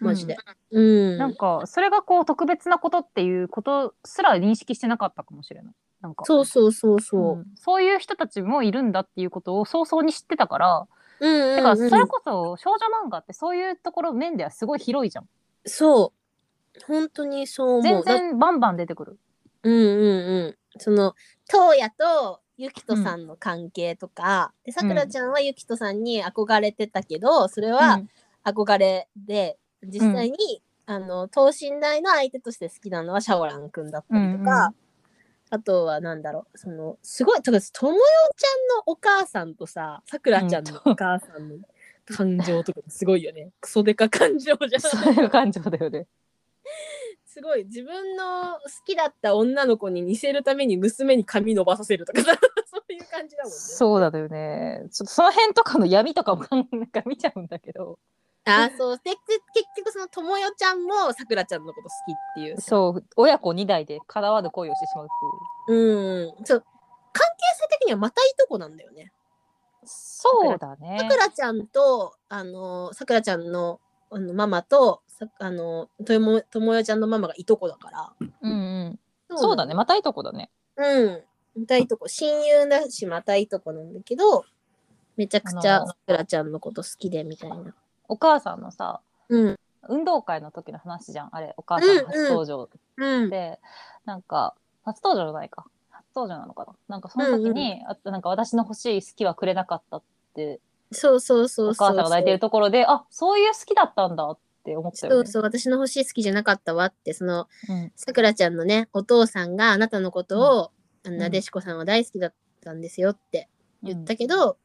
S1: マジで。うん。
S2: なんかそれがこう特別なことっていうことすら認識してなかったかもしれない。なんか
S1: そうそうそう
S2: う
S1: そう。
S2: んそういう人たちもいるんだっていうことを早々に知ってたから、
S1: うんうん、うん。
S2: だからそれこそ少女漫画ってそういうところ面ではすごい広いじゃん。
S1: そう。本当にそう思
S2: 全
S1: う。だ
S2: 然バンバン出てくる。
S1: うんうんうん。その、東野とゆきとさんの関係とか、で、さくらちゃんはゆきとさんに憧れてたけど、それは
S2: うん
S1: 憧れで、実際に、あの、等身大の相手として好きなのはシャオランくんだったりとか、
S2: うんうん
S1: あとはなんだろう、その、すごい、とか、ともよちゃんのお母さんとさ、さくらちゃんのお母さんの感情とかすごいよね。クソデカ感情じゃん。
S2: そういう感情だよね。
S1: すごい自分の好きだった女の子に似せるために娘に髪伸ばさせるとかさ そういう感じだもんね。
S2: そうだよね。ちょっとその辺とかの闇とかもなんか見ちゃうんだけど。
S1: あーそうでで結局そのともよちゃんもさくらちゃんのこと好きっていう。
S2: そう親子2代でかなわぬ恋をしてしまうっていう。
S1: うんそう関係性的にはまたいとこなんだよね。
S2: そうだね。
S1: さくらちゃんとあのさくらちゃんのあのママとさあのともともよちゃんのママがいとこだから。
S2: うんうん。そうだね。またいいとこだね。
S1: うん。またいとこ。親友だし、またいとこなんだけど、めちゃくち
S2: あ
S1: ゃ
S2: の
S1: さくらちゃんのこと好きでみたいな。
S2: お母さんのさ、
S1: うん。
S2: 運動会の時の話じゃんあれお母さんの初登場
S1: うん。
S2: で、なんか初登場じゃないか初登場なのかななんかその時に、あとなんか私の欲しい好きはくれなかったって
S1: そうそうそう
S2: お
S1: そう。
S2: 母さんが泣いてるところであそういう好きだったんだって思った
S1: そ
S2: よ
S1: う
S2: ね。
S1: そう、私の欲しい好きじゃなかったわって、その、
S2: うん
S1: さくらちゃんのね、お父さんがあなたのことを、あの
S2: ん
S1: なでしこさんは大好きだったんですよって言ったけ
S2: うんっ
S1: ど、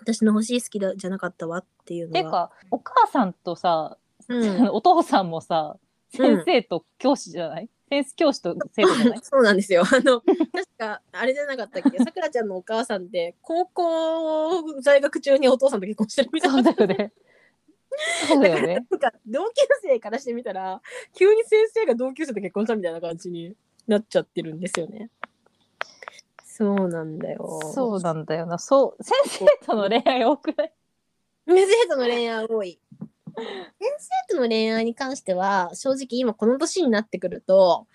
S1: 私の欲しい好きだじゃなかったわっていうの
S2: て
S1: が。
S2: いうかお母さんとさ、
S1: うん、
S2: お父さんもさ先生と教師じゃない、先生教師と生徒じゃない
S1: そうなんですよ。あの、確か、あれじゃなかったっけ、さくらちゃんのお母さんって、高校在学中にお父さんと結婚してるみたい
S2: そ
S1: な
S2: う。だよね。そうだよね。
S1: なんか同級生からしてみたら急に先生が同級生と結婚したみたいな感じになっちゃってるんですよね。そうなんだよ。
S2: そうなんだよな。そう先生との恋愛多くない。
S1: 先生との恋愛多い。先生との恋愛に関しては正直今この年になってくると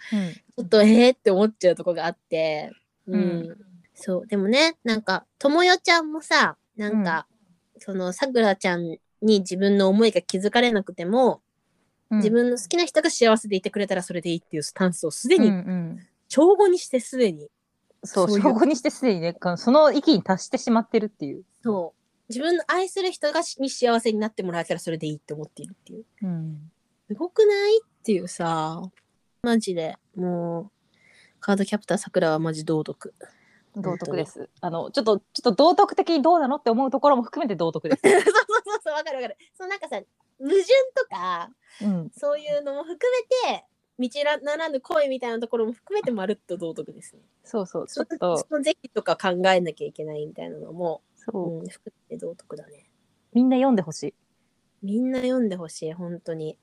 S1: ちょっとえーって思っちゃうとこがあって、うん
S2: うん
S1: そうでもねなんかともよちゃんもさなんか、そのさくらちゃんに自分の思いが気づかれなくても
S2: うん
S1: 自分の好きな人が幸せでいてくれたらそれでいいっていうスタンスをすでに、
S2: うんうん
S1: 帳語にしてすでに、
S2: そう
S1: そういう
S2: 証拠にしてすでにねこのその域に達してしまってるっていう、
S1: そう。自分の愛する人がしに幸せになってもらえたらそれでいいって思っているっていう。
S2: うん、
S1: すごくないっていうさ、マジで、もう、カードキャプターさくらはマジ道徳。
S2: 道徳ですあのちょっとちょっと道徳的にどうなのって思うところも含めて道徳で
S1: そうそうそうそう、わかるわかる。そのなんかさ、矛盾とか、
S2: す、うん、
S1: そういうのも含めて、道ならぬ恋みたいなところも含めてまるっと道徳ですね。
S2: そうそうち
S1: そ
S2: ょ
S1: の
S2: っと
S1: その是非とか考えなきゃいけないみたいなのも、
S2: そう
S1: うん、含めて道徳だね。
S2: みんな読んでほしい
S1: みんな読んでほしい、本当に。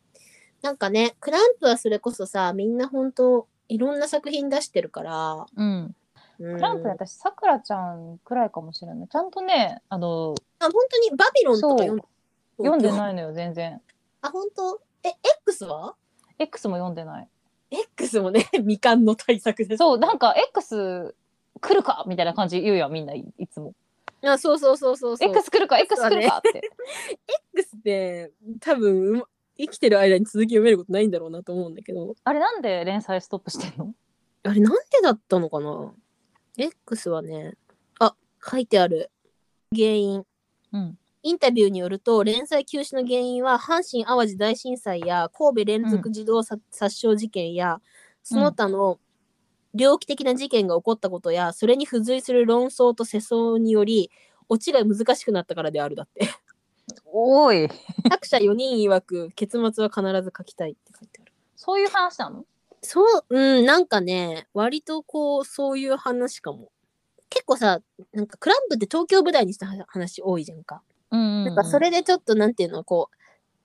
S1: なんかね、クランプはそれこそさ、みんな本当いろんな作品出してるから。
S2: うん、
S1: うん、
S2: クランプね私さくらちゃんくらいかもしれないちゃんとねあの
S1: あ本当にバビロンとか読ん。
S2: 読んでないいのよ全然
S1: あ、本当え、X は
S2: X も読んでない
S1: ?X もね、 未完の対策です。
S2: そうなんか X 来るかみたいな感じ言うやんみんないいつも
S1: あそうそうそうそうそう。
S2: X 来るか X 来るかって、
S1: X って多分うま生きてる間に続き読めることないんだろうなと思うんだけど
S2: あれなんで連載ストップしてんの
S1: あれなんでだったのかな X はねあ書いてある原因
S2: うん
S1: インタビューによると連載休止の原因は阪神・淡路大震災や神戸連続児童さ殺傷事件やその他の猟奇的な事件が起こったことやそれに付随する論争と世相によりオチが難しくなったからであるだって
S2: おい
S1: 作者4人曰く結末は必ず書きたいって書いてある。
S2: そういう話なの
S1: そう、うん、なんかね、割とこう、そういう話かも。結構さ、なんかクランプって東京舞台にした話話多いじゃんか。
S2: うん
S1: なんかそれでちょっとなんていうの、こう、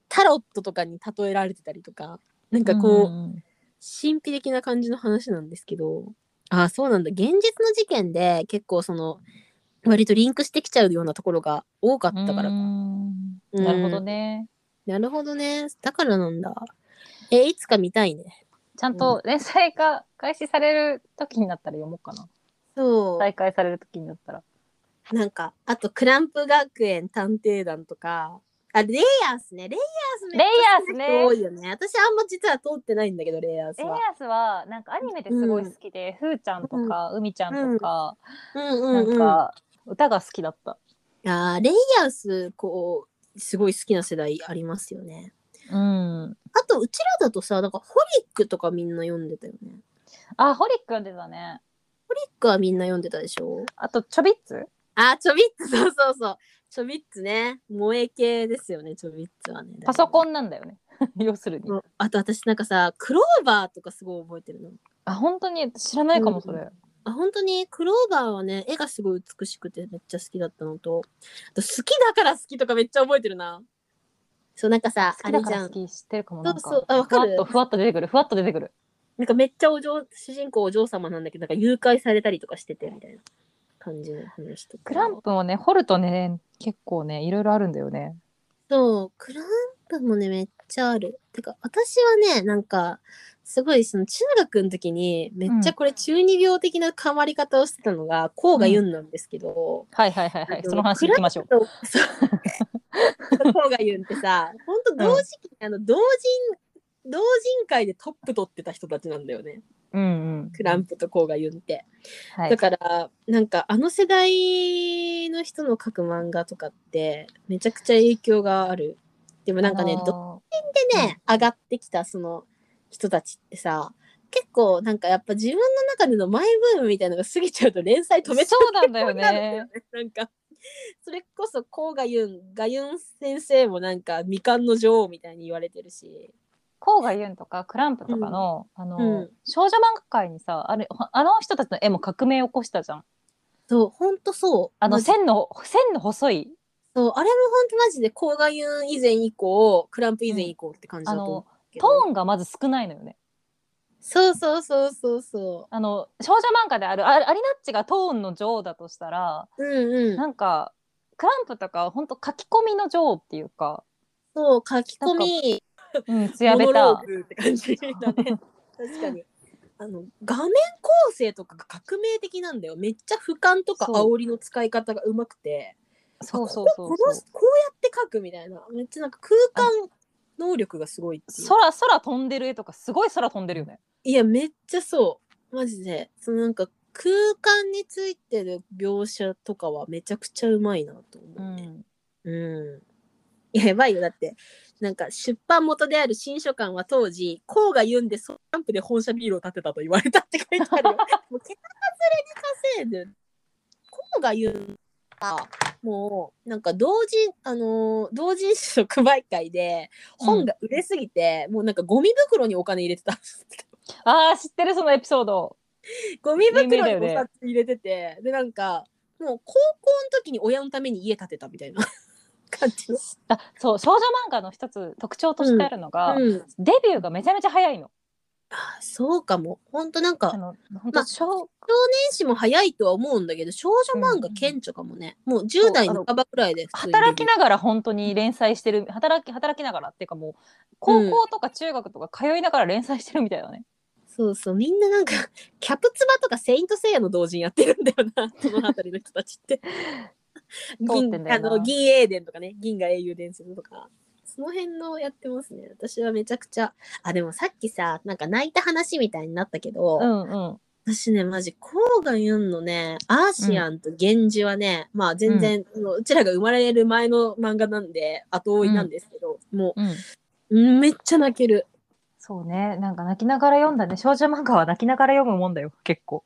S1: タロットとかに例えられてたりとか、なんかこう、
S2: うん
S1: 神秘的な感じの話なんですけど、ああ、そうなんだ。現実の事件で結構その、割とリンクしてきちゃうようなところが多かったから
S2: う
S1: か。
S2: ん
S1: うん
S2: なるほどね
S1: なるほどね。だからなんだ。えーいつか見たいね。
S2: ちゃんと連載が開始される時になったら読もうかな
S1: そう。
S2: 再開される時になったら
S1: なんか、あと、クランプ学園探偵団とか、あ、レイヤースね。レイヤースめっちゃ好きな人
S2: レイヤースね
S1: 多いよね。私あんま実は通ってないんだけど、レイヤース
S2: エア
S1: は。
S2: スはなんかアニメですごい好きで、ふーちゃんとか、うみちゃんとか、
S1: うん
S2: なんか歌が好きだった。
S1: あーレイヤース、こう、すごい好きな世代ありますよね。
S2: うん。
S1: あと、うちらだとさ、なんか、ホリックとかみんな読んでたよね。ホリ
S2: あ、ホリック読んでたね。
S1: ックはみんな読んでたでしょ
S2: あと、ちょびっつ
S1: あー、ちょびっつ、そうそうそう。ちょびっつね。萌え系ですよね、ちょびっつはね。
S2: パソコ
S1: ン。
S2: ンなんだよね。 要するに。
S1: あと、私なんかさ、クローバーとかすごい覚えてるの。
S2: あ、本当に知らないかも、それ。
S1: あ本当にクローバーはね絵がすごい美しくてめっちゃ好きだったのとあと好きだから好きとかめっちゃ覚えてるなそうなんかさ
S2: 好
S1: あ
S2: きだ
S1: れ
S2: か
S1: じゃ
S2: ら
S1: ん
S2: 好き知ってるかもなんか。
S1: そうそうあわかる
S2: ふわっと、ふわっと出てくる。ふわっと出てくる。
S1: なんかめっちゃお嬢主人公お嬢様なんだけどなんか誘拐されたりとかしててみたいな感じの話とか
S2: クランプもね、掘るとね、結構ね、いろいろあるんだよね。
S1: そうクランプもねめっちゃあるてか私はねなんかすごいその中学の時にめっちゃこれ中二病的な変わり方をしてたのが甲賀ユンなんですけど、
S2: はいはいはいはい。
S1: あの
S2: その話行きましょう。
S1: クラスと。そう。 こうが言うんってさ、本当同時期、あの同人同人会でトップ取ってた人たちなんだよね。
S2: うんうん。
S1: クランプとこうが言うんって。
S2: はい
S1: だからなんかあの世代の人の書く漫画とかってめちゃくちゃ影響がある。でもなんかね、
S2: あのー
S1: どっちでね、上がってきたその人たちってさ。結構なんかやっぱ自分の中でのマイブームみたいなのが過ぎちゃうと連載止めちゃう
S2: そうなんだ
S1: なる
S2: よ
S1: んだ
S2: ね
S1: よ。ねなんか、それこそ、こうがゆん、がゆん先生もなんか、未完の女王みたいに言われてるし。
S2: コーガユンとかクランプとかの、あの、
S1: うん
S2: 少女漫画界にさあれあの人たちの絵も革命を起こしたじゃん
S1: そう、ほんとそう。
S2: あの
S1: マジ
S2: 線の線の細い
S1: そう、あれもほんとマジで、こうがゆん以前以降、クランプ以前以降って感じだ
S2: あ
S1: と思
S2: の
S1: うけ
S2: ト
S1: ど。
S2: ーンがまず少ないのよね
S1: そうそうそうそうそ
S2: あの少女漫画であるあアリナッチがトーンの女王だとしたら、
S1: う。うんうん。
S2: なんかクランプとか本当書き込みの女王ってい うか、
S1: そう、書き込み、
S2: うん、艶
S1: モ
S2: べ
S1: ノ
S2: た
S1: ローグって感じ だね。確かに。あの画面構成とかが革命的なんだよめっちゃ俯瞰とか
S2: そう
S1: 煽りの使い方がうまくて
S2: そうそう
S1: あ
S2: そ
S1: こ
S2: う
S1: こ
S2: そ
S1: この
S2: う
S1: こうやって書くみたいなめっちゃなんか空間能力がすごいっていう
S2: 空空飛んでる絵とかすごい空飛んでるよね。
S1: いやめっちゃそうマジでそのなんか空間についてる描写とかはめちゃくちゃうまいなと思うね。うんいややばいよだってなんか出版元である新書館は当時甲賀ユンでソランプで本社ビールを建てたと言われたって書いてあるよ。 もう桁外れに稼いで甲賀ユンはもうなんか同人あのー同人誌の売会で本が売れすぎて、もうなんかゴミ袋にお金入れてた
S2: ああ知ってるそのエピソード。
S1: ゴミ
S2: 有名
S1: 袋
S2: だ
S1: に
S2: よね
S1: お札入れてて、でなんかもう高校の時に親のために家建てたみたいな感じの。
S2: あそう少女漫画の一つ特徴としてあるのが、
S1: うん
S2: デビューがめちゃめちゃ早いの。
S1: あそうかも。ほんとなんか、
S2: あ
S1: 年
S2: の
S1: ま
S2: 本当
S1: あ
S2: 小
S1: 始も早いとは思うんだけど、少女漫画顕著かもね。もう10代半ばくらいで普通に
S2: 働きながら本当に連載してる働き働きながらっていうかもう高校とか中学とか通いながら連載してるみたいだね。
S1: そうそう、みんななんか、 キャプツバとかセイントセイヤの同人やってるんだよ な、この辺りの人たちって。
S2: 通っ
S1: 銀
S2: てんだ
S1: あ
S2: よな
S1: の銀英伝とかね、銀河英雄伝説とか。その辺のやってますね。私はめちゃくちゃ。あ、でもさっきさ、なんか泣いた話みたいになったけど、
S2: うんうん。
S1: 私ね、マジ、コーガユンのね、アーシアンと源氏はね、まあ全然、ううちらが生まれる前の漫画なんで、後追いなんですけど、も
S2: うん。
S1: う、めっちゃ泣ける。
S2: そうね。なんか泣きながら読んだね。少女漫画は泣きながら読むもんだよ。結構。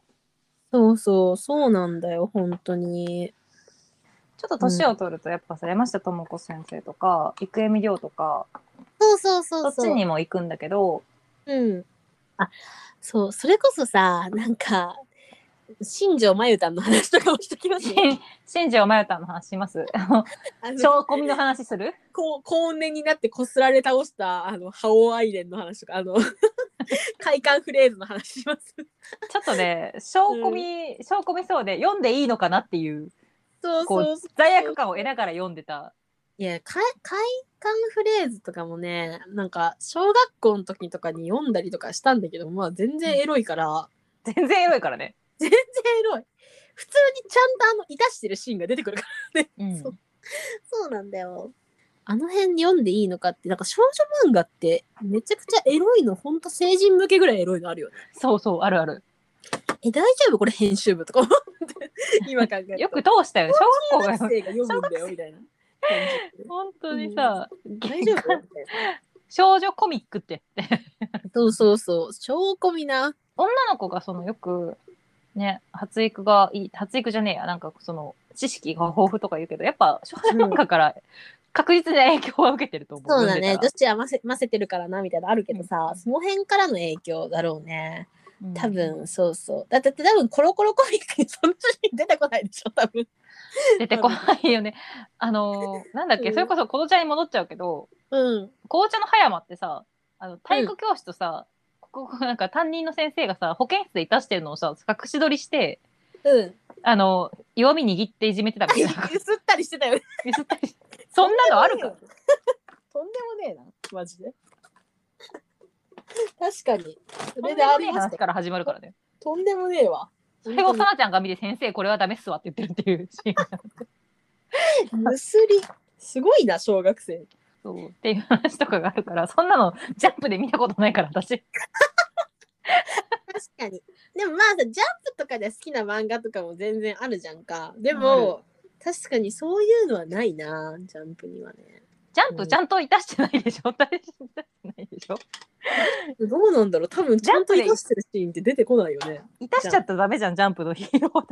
S1: そうそう、そうなんだよ、本当に。
S2: ちょっと年を取るとやっぱさ、山下智子先生とか郁恵美涼とか
S1: そうそうそ
S2: そうっち
S1: そう。
S2: にも行くんだけど
S1: うん。あ、そう、それこそさ、なんか、新庄真由たんの話とかもしとき ますね。
S2: 新庄真由たんの話し ますあの
S1: あの
S2: 超コミの話する
S1: こう高年になってこすられ倒した、あの、覇王アイレンの話とか、あ の、快感フレーズの話します。
S2: ちょっとね小コミ、小コミそうで読んでいいのかなっていう
S1: そう
S2: こ
S1: そう
S2: う罪悪感を得ながら読んでた
S1: いや、か快感フレーズとかもね、なんか、小学校の時とかに読んだりとかしたんだけど、まあ、全然エロいから、
S2: 全然エロいからね、
S1: 全然エロい。普通にちゃんとあの、いたしてるシーンが出てくるから。
S2: うん
S1: そうそうなんだよ。あの辺読んでいいのかって、なんか少女漫画って、めちゃくちゃエロいの、ほんと成人向けぐらいエロいのあるよね。
S2: そうそうあるある
S1: え、大丈夫これ編集部とか思って、今考えると。
S2: よく
S1: 小
S2: 通したよね小学校が
S1: 学生が読むんだよ、みたいな。
S2: 本当にさ、
S1: 大丈夫みたいな。
S2: 少女コミックってやって
S1: そうそうそう。超コミな。
S2: 女の子がそのよくね発育がいい発育じゃねえやなんかその知識が豊富とか言うけどやっぱ少女漫画から確実に影響は受けてると思う。
S1: そうだ
S2: 読
S1: ね。
S2: ん
S1: 女
S2: で
S1: 子はませませてるからな、みたいなのあるけどさ、
S2: うん
S1: その辺からの影響だろうね。多
S2: たらうん
S1: 分、そうそう。だって多分、コロコロコミックにその写真出てこないでしょ、多分。
S2: 出てこないよね。あのーなんだっけ、
S1: うん
S2: それこそ紅茶に戻っちゃうけど
S1: うん。
S2: 紅茶の葉山ってさあの体育教師とさ、ここなんか担任の先生がさ保健室でいたしてるのをさ隠し撮りして
S1: うん。
S2: あの弱み握っていじめてたみたい
S1: ゆ
S2: な
S1: すったりしてたよね。
S2: ミスったりしてそんなのあるか
S1: とんでもねえな、マジで。確かに。それでありまし
S2: 話
S1: た。
S2: から始まるからね。
S1: とんでもねえわ。
S2: それをさなちゃんが見て先生これはダメっすわって言ってるっていうシ ーン
S1: むすり。すごいな、小学生。
S2: そうっていう話とかがあるからそんなのジャンプで見たことないから私
S1: 確かに。でもまあさ、ジャンプとかで好きな漫画とかも全然あるじゃんか。でも、確かにそういうのはないな、ジャンプにはね。
S2: ジャン
S1: う
S2: プ
S1: ん
S2: ちゃんといたしてないでしょ、大していたしてないでしょ
S1: どうなんだろう多分、ちゃんと生かしてるシーンって出てこないよね。
S2: いたしちゃったらダメじゃんジャンプのヒーロー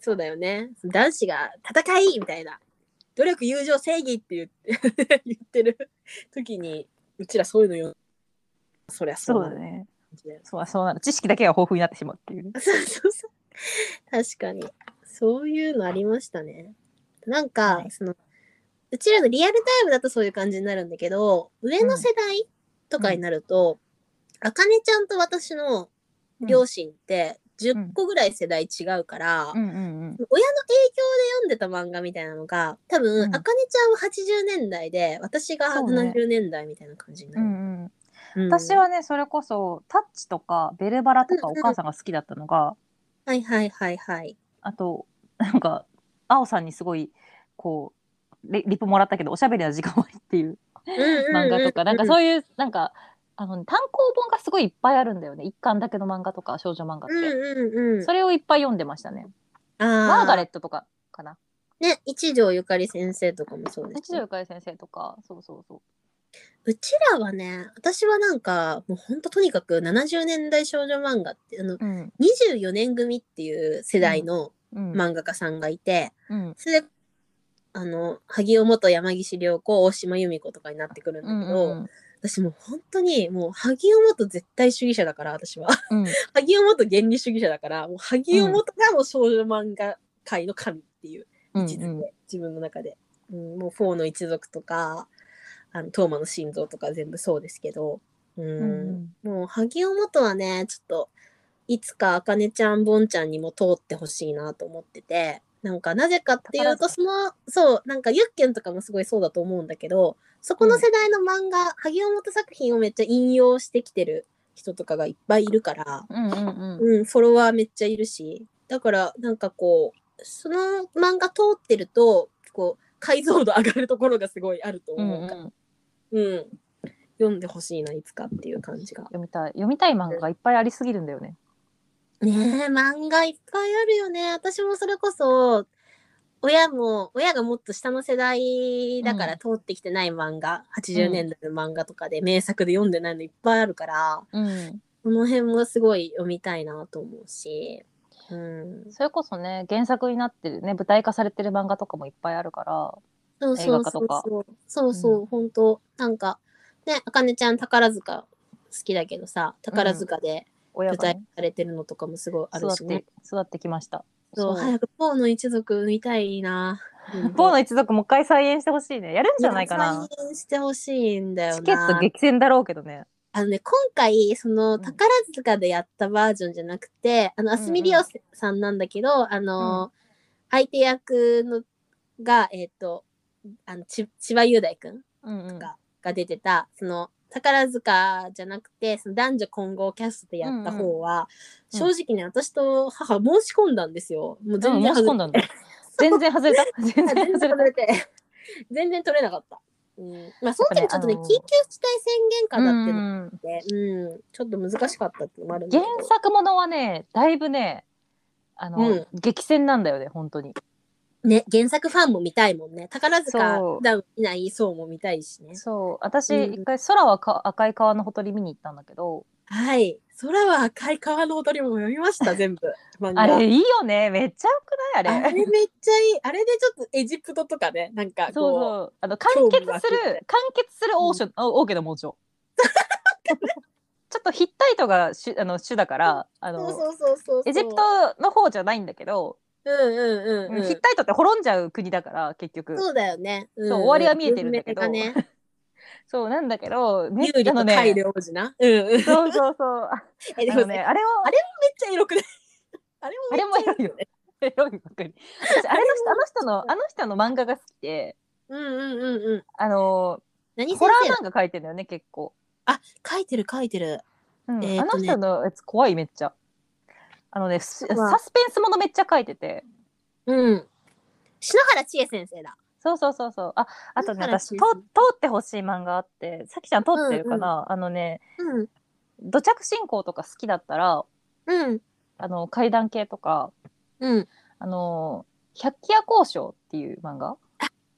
S1: そうだよね。男子が戦いみたいな。努力、友情、正義って言って 言ってる時に、うちらそういうのよ。そりゃそうなる
S2: ね
S1: 感じだよ。
S2: そうそうなる知識だけが豊富になってしまうっていう
S1: そうそうそう。確かに。そういうのありましたね。なんか、
S2: はい
S1: その、うちらのリアルタイムだとそういう感じになるんだけど、上の世代とかになると、あかねちゃんと私の両親って10個ぐらい世代違うから、
S2: うんうん
S1: 親の影響で読んでた漫画みたいなのが多
S2: う
S1: 分
S2: ん
S1: あかねちゃんは80年代で私が
S2: そうね
S1: 70年代みたいな感じに
S2: う
S1: なる、
S2: んうん、
S1: うん
S2: 私はねそれこそ「タッチ」とか「ベルバラ」とか
S1: うん
S2: お
S1: うん
S2: 母さんが好きだったのが、
S1: はいはいはいはい
S2: あとなんかあおさんにすごいこうリリプもらったけどおしゃべりな時間割っていう漫画とか、なんかそういうなんかあの単行本がすごいいっぱいあるんだよね一巻だけの漫画とか少女漫画って、
S1: うんうん
S2: それをいっぱい読んでましたね。
S1: あ
S2: マーガレ
S1: ッ
S2: ットとかかな
S1: ト。ね、一条ゆかり先生とかもそうです
S2: 一
S1: ね、
S2: 条ゆかり先生とかそうそうそう
S1: うちらはね、私はなんか、もうほんととにかく70年代少女漫画って、あの、
S2: うん
S1: 24年組っていう世代の
S2: うん
S1: 漫画家さんがいて、
S2: うん
S1: それで、あの、萩尾元山岸良子、大島由美子とかになってくるんだ
S2: うん
S1: け
S2: う
S1: ど、
S2: ん
S1: 私もう本当に、もう萩尾元絶対主義者だから、私は。
S2: うん
S1: 萩尾元原理主義者だから、もう萩尾元がもう少女漫画界の神っていう
S2: うん
S1: 位置づけ、自分の中で、うん、もう「フォーの一族」とか「あのトーマの心臓」とか全部そうですけど、うん
S2: うん
S1: もう萩尾元はねちょっといつかあかねちゃんぼんちゃんにも通ってほしいなと思っててなんかなぜかっていうと
S2: 宝
S1: そのそうなんかユッケンとかもすごいそうだと思うんだけどそこの世代の漫画、萩尾元作品をめっちゃ引用してきてる人とかがいっぱいいるから。
S2: うんうんうん
S1: うん、フォロワーめっちゃいるし、だから、なんかこう、その漫画通ってると、こう、解像度上がるところがすごいあると
S2: う
S1: 思
S2: ん
S1: うから、
S2: うん
S1: うん読んでほしいな、いつかっていう感じが。
S2: 読みたい読みたい漫画がいっぱいありすぎるんだよね。
S1: ねえ、漫画いっぱいあるよね。私もそれこそ、親も、親がもっと下の世代だから
S2: うん
S1: 通ってきてない漫画、80年代の漫画とかで名作で読んでないのいっぱいあるから、
S2: うん、
S1: この辺もすごい読みたいなと思うし、うん。
S2: それこそね原作になってるね舞台化されてる漫画とかもいっぱいあるから
S1: そう
S2: 映
S1: そ
S2: 画
S1: う
S2: 化
S1: そ
S2: と
S1: う
S2: か
S1: そう。そうそう、ほんと。なんか、ね、あかねちゃん宝塚好きだけどさ、宝塚で
S2: 親
S1: 舞
S2: が
S1: 台
S2: ね、
S1: されてるのとかもすごいある
S2: 育っ
S1: しね
S2: て。育ってきました。
S1: そう、
S2: そう
S1: 早くポーの一族見たいな。
S2: ポーの一族もう一回再演してほしいねやるんじゃないかな。
S1: 再演してほしいんだよな。
S2: チケット激戦だろうけどね。
S1: あのね、今回、その、
S2: ん
S1: 宝塚でやったバージョンじゃなくて、あの、あすみりおさんなんだけど、あの、相手役の、が、えっ、と、あの、ち千葉雄大くん
S2: うんうん
S1: かが出てたその宝塚じゃなくてその男女混合キャストでやった方は、
S2: うんうん
S1: 正直ね私と母申し込んだんですよ。もう
S2: でも
S1: 全然
S2: 申し込ん
S1: 外
S2: だんだ。全然外れた。全
S1: れて
S2: 然
S1: 全然
S2: 外れ
S1: 取
S2: た。
S1: れて 全然取れなかった。うん、まあその時
S2: やっぱね
S1: ちょっとね、
S2: あ
S1: 緊急
S2: のー
S1: 事態宣言下だって
S2: う
S1: の
S2: ん
S1: で、うんちょっと難しかったってのもあるんだけ
S2: 原
S1: ど
S2: 作ものはねだいぶねあの、
S1: うん
S2: 激戦なんだよね本当に。
S1: ね原作ファンも見たいもんね宝塚
S2: そう
S1: 普段見ない層も見たいしね
S2: そう私
S1: うん
S2: 一回空はか赤い川のほとり見に行ったんだけど、
S1: はい空は赤い川の踊りも読みました全部漫画
S2: あれいいよねめっちゃよくないあれ。
S1: あれめっちゃいい。あれでちょっとエジプトとかね、なんかこう。
S2: そうそうあの完結
S1: 興
S2: す
S1: 味湧く
S2: る完結する王女、王家の 文章。ちょっとヒッタイトが主あの主だからあの
S1: そうそうそうそう
S2: エジプトの方じゃないんだけど、
S1: うんうんうん、う
S2: ヒッ
S1: ん。
S2: タイトって滅んじゃう国だから結局そう
S1: そうだよね。うん
S2: そう終わりは見えてるんだけど
S1: 文明 がね、
S2: なんだけどめ
S1: 有利
S2: あ
S1: と
S2: のね
S1: カイル王子な。うんうん。え、
S2: そうそ うそう。あ
S1: で
S2: あ
S1: も
S2: の
S1: ね、
S2: ね、
S1: めっ
S2: あれを、
S1: あちゃエロくない。あれ
S2: あれも
S1: めっちゃ
S2: エロ いよ。エロいばっかり。私、あれの人、あの人の、あの人の漫画が好きで、
S1: うんうんうんうん。
S2: あの
S1: 何
S2: ー、
S1: 先
S2: ホラ
S1: 生
S2: ー漫画書いてんだよね、結構。
S1: あ、書いてる書いてる。
S2: うん
S1: えー
S2: あ
S1: と
S2: の
S1: ね
S2: 人のやつ怖い、めっちゃ。あのね、す
S1: うわ
S2: サスペンスものめっちゃ書いてて。
S1: うん。篠原千恵先生だ。
S2: そうそうそうそう。あ、あとね、
S1: だから
S2: 私、と通ってほしい漫画あって、さきちゃん通ってるかな、あのね、
S1: うん。
S2: 土着信仰とか好きだったら、
S1: うん。
S2: あの、怪談系とか、
S1: うん。
S2: あのー、百鬼夜行賞っていう漫画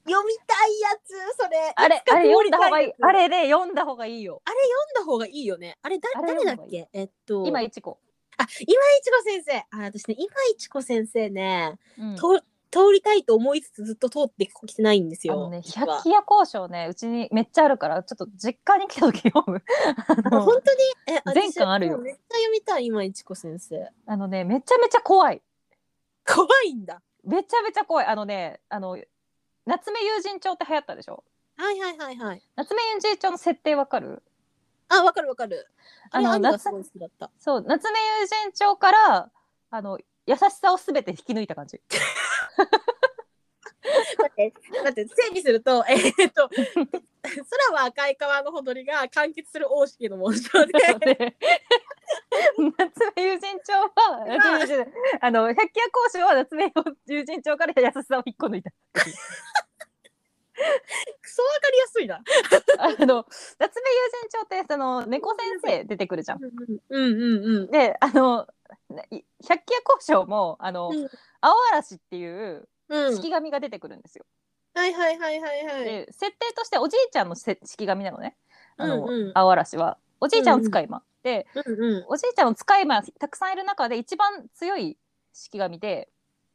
S1: 読みたいやつ、それ。
S2: あれ、
S1: つか
S2: あれ読んだ方がいい
S1: 通り。た
S2: あ
S1: いやつ
S2: れね、読んだ方がいいよ。
S1: 読んだ方がいいよね。あれ、だ
S2: あれ
S1: 誰だっ
S2: 読んだ方がい
S1: けえっと。
S2: 今、いちこ。
S1: あ、今市子先生。あ、私ね、今市子先生ね、
S2: うん
S1: と通りたいと思いつつずっと通ってきてないんです
S2: あ
S1: よ。
S2: のね、
S1: 実
S2: 百
S1: は
S2: 鬼夜行賞ね、うちにめっちゃあるから、ちょっと実家に来た時読む。 あ
S1: あ本
S2: の
S1: 当にえ、
S2: 全巻あるよ
S1: 私もうめっちゃ読みたい、今市子先生。
S2: あのね、めちゃめちゃ怖い。
S1: 怖いんだ。
S2: めちゃめちゃ怖い。あのね、あの、夏目友人帳って流行ったでしょ
S1: はいはいはいはい。
S2: 夏目友人帳の設定わかる
S1: あ、わかるわかる。あの、
S2: あの
S1: アニが
S2: 夏
S1: すごい好きだった。
S2: そう、夏目友人帳から、あの、優しさをすべて引き抜い た感じ。
S1: だって、だって整理すると、えーっと、 空は赤い川のほとりが完結する王式の紋章で、
S2: なので夏目友人帳は、夏目友人 あの、百鬼夜行賞は夏目友人帳から優しさを引っこ抜いた。
S1: くソわかりやすいな。
S2: あの夏目友人帳ってその猫先生出てくるじゃん。
S1: うんうんうん。
S2: であのい百鬼夜行賞もあの、
S1: うん
S2: 青嵐っていう
S1: うん、
S2: 式神が出てくるんですよ。
S1: はいはいはいはいはい。
S2: で設定としておじいちゃんのせ式神なのねあの、
S1: うんうん
S2: 青嵐は。おじいちゃんの使い魔、で
S1: うんうん。
S2: おじいちゃんの使い魔たくさんいる中で一番強い式神で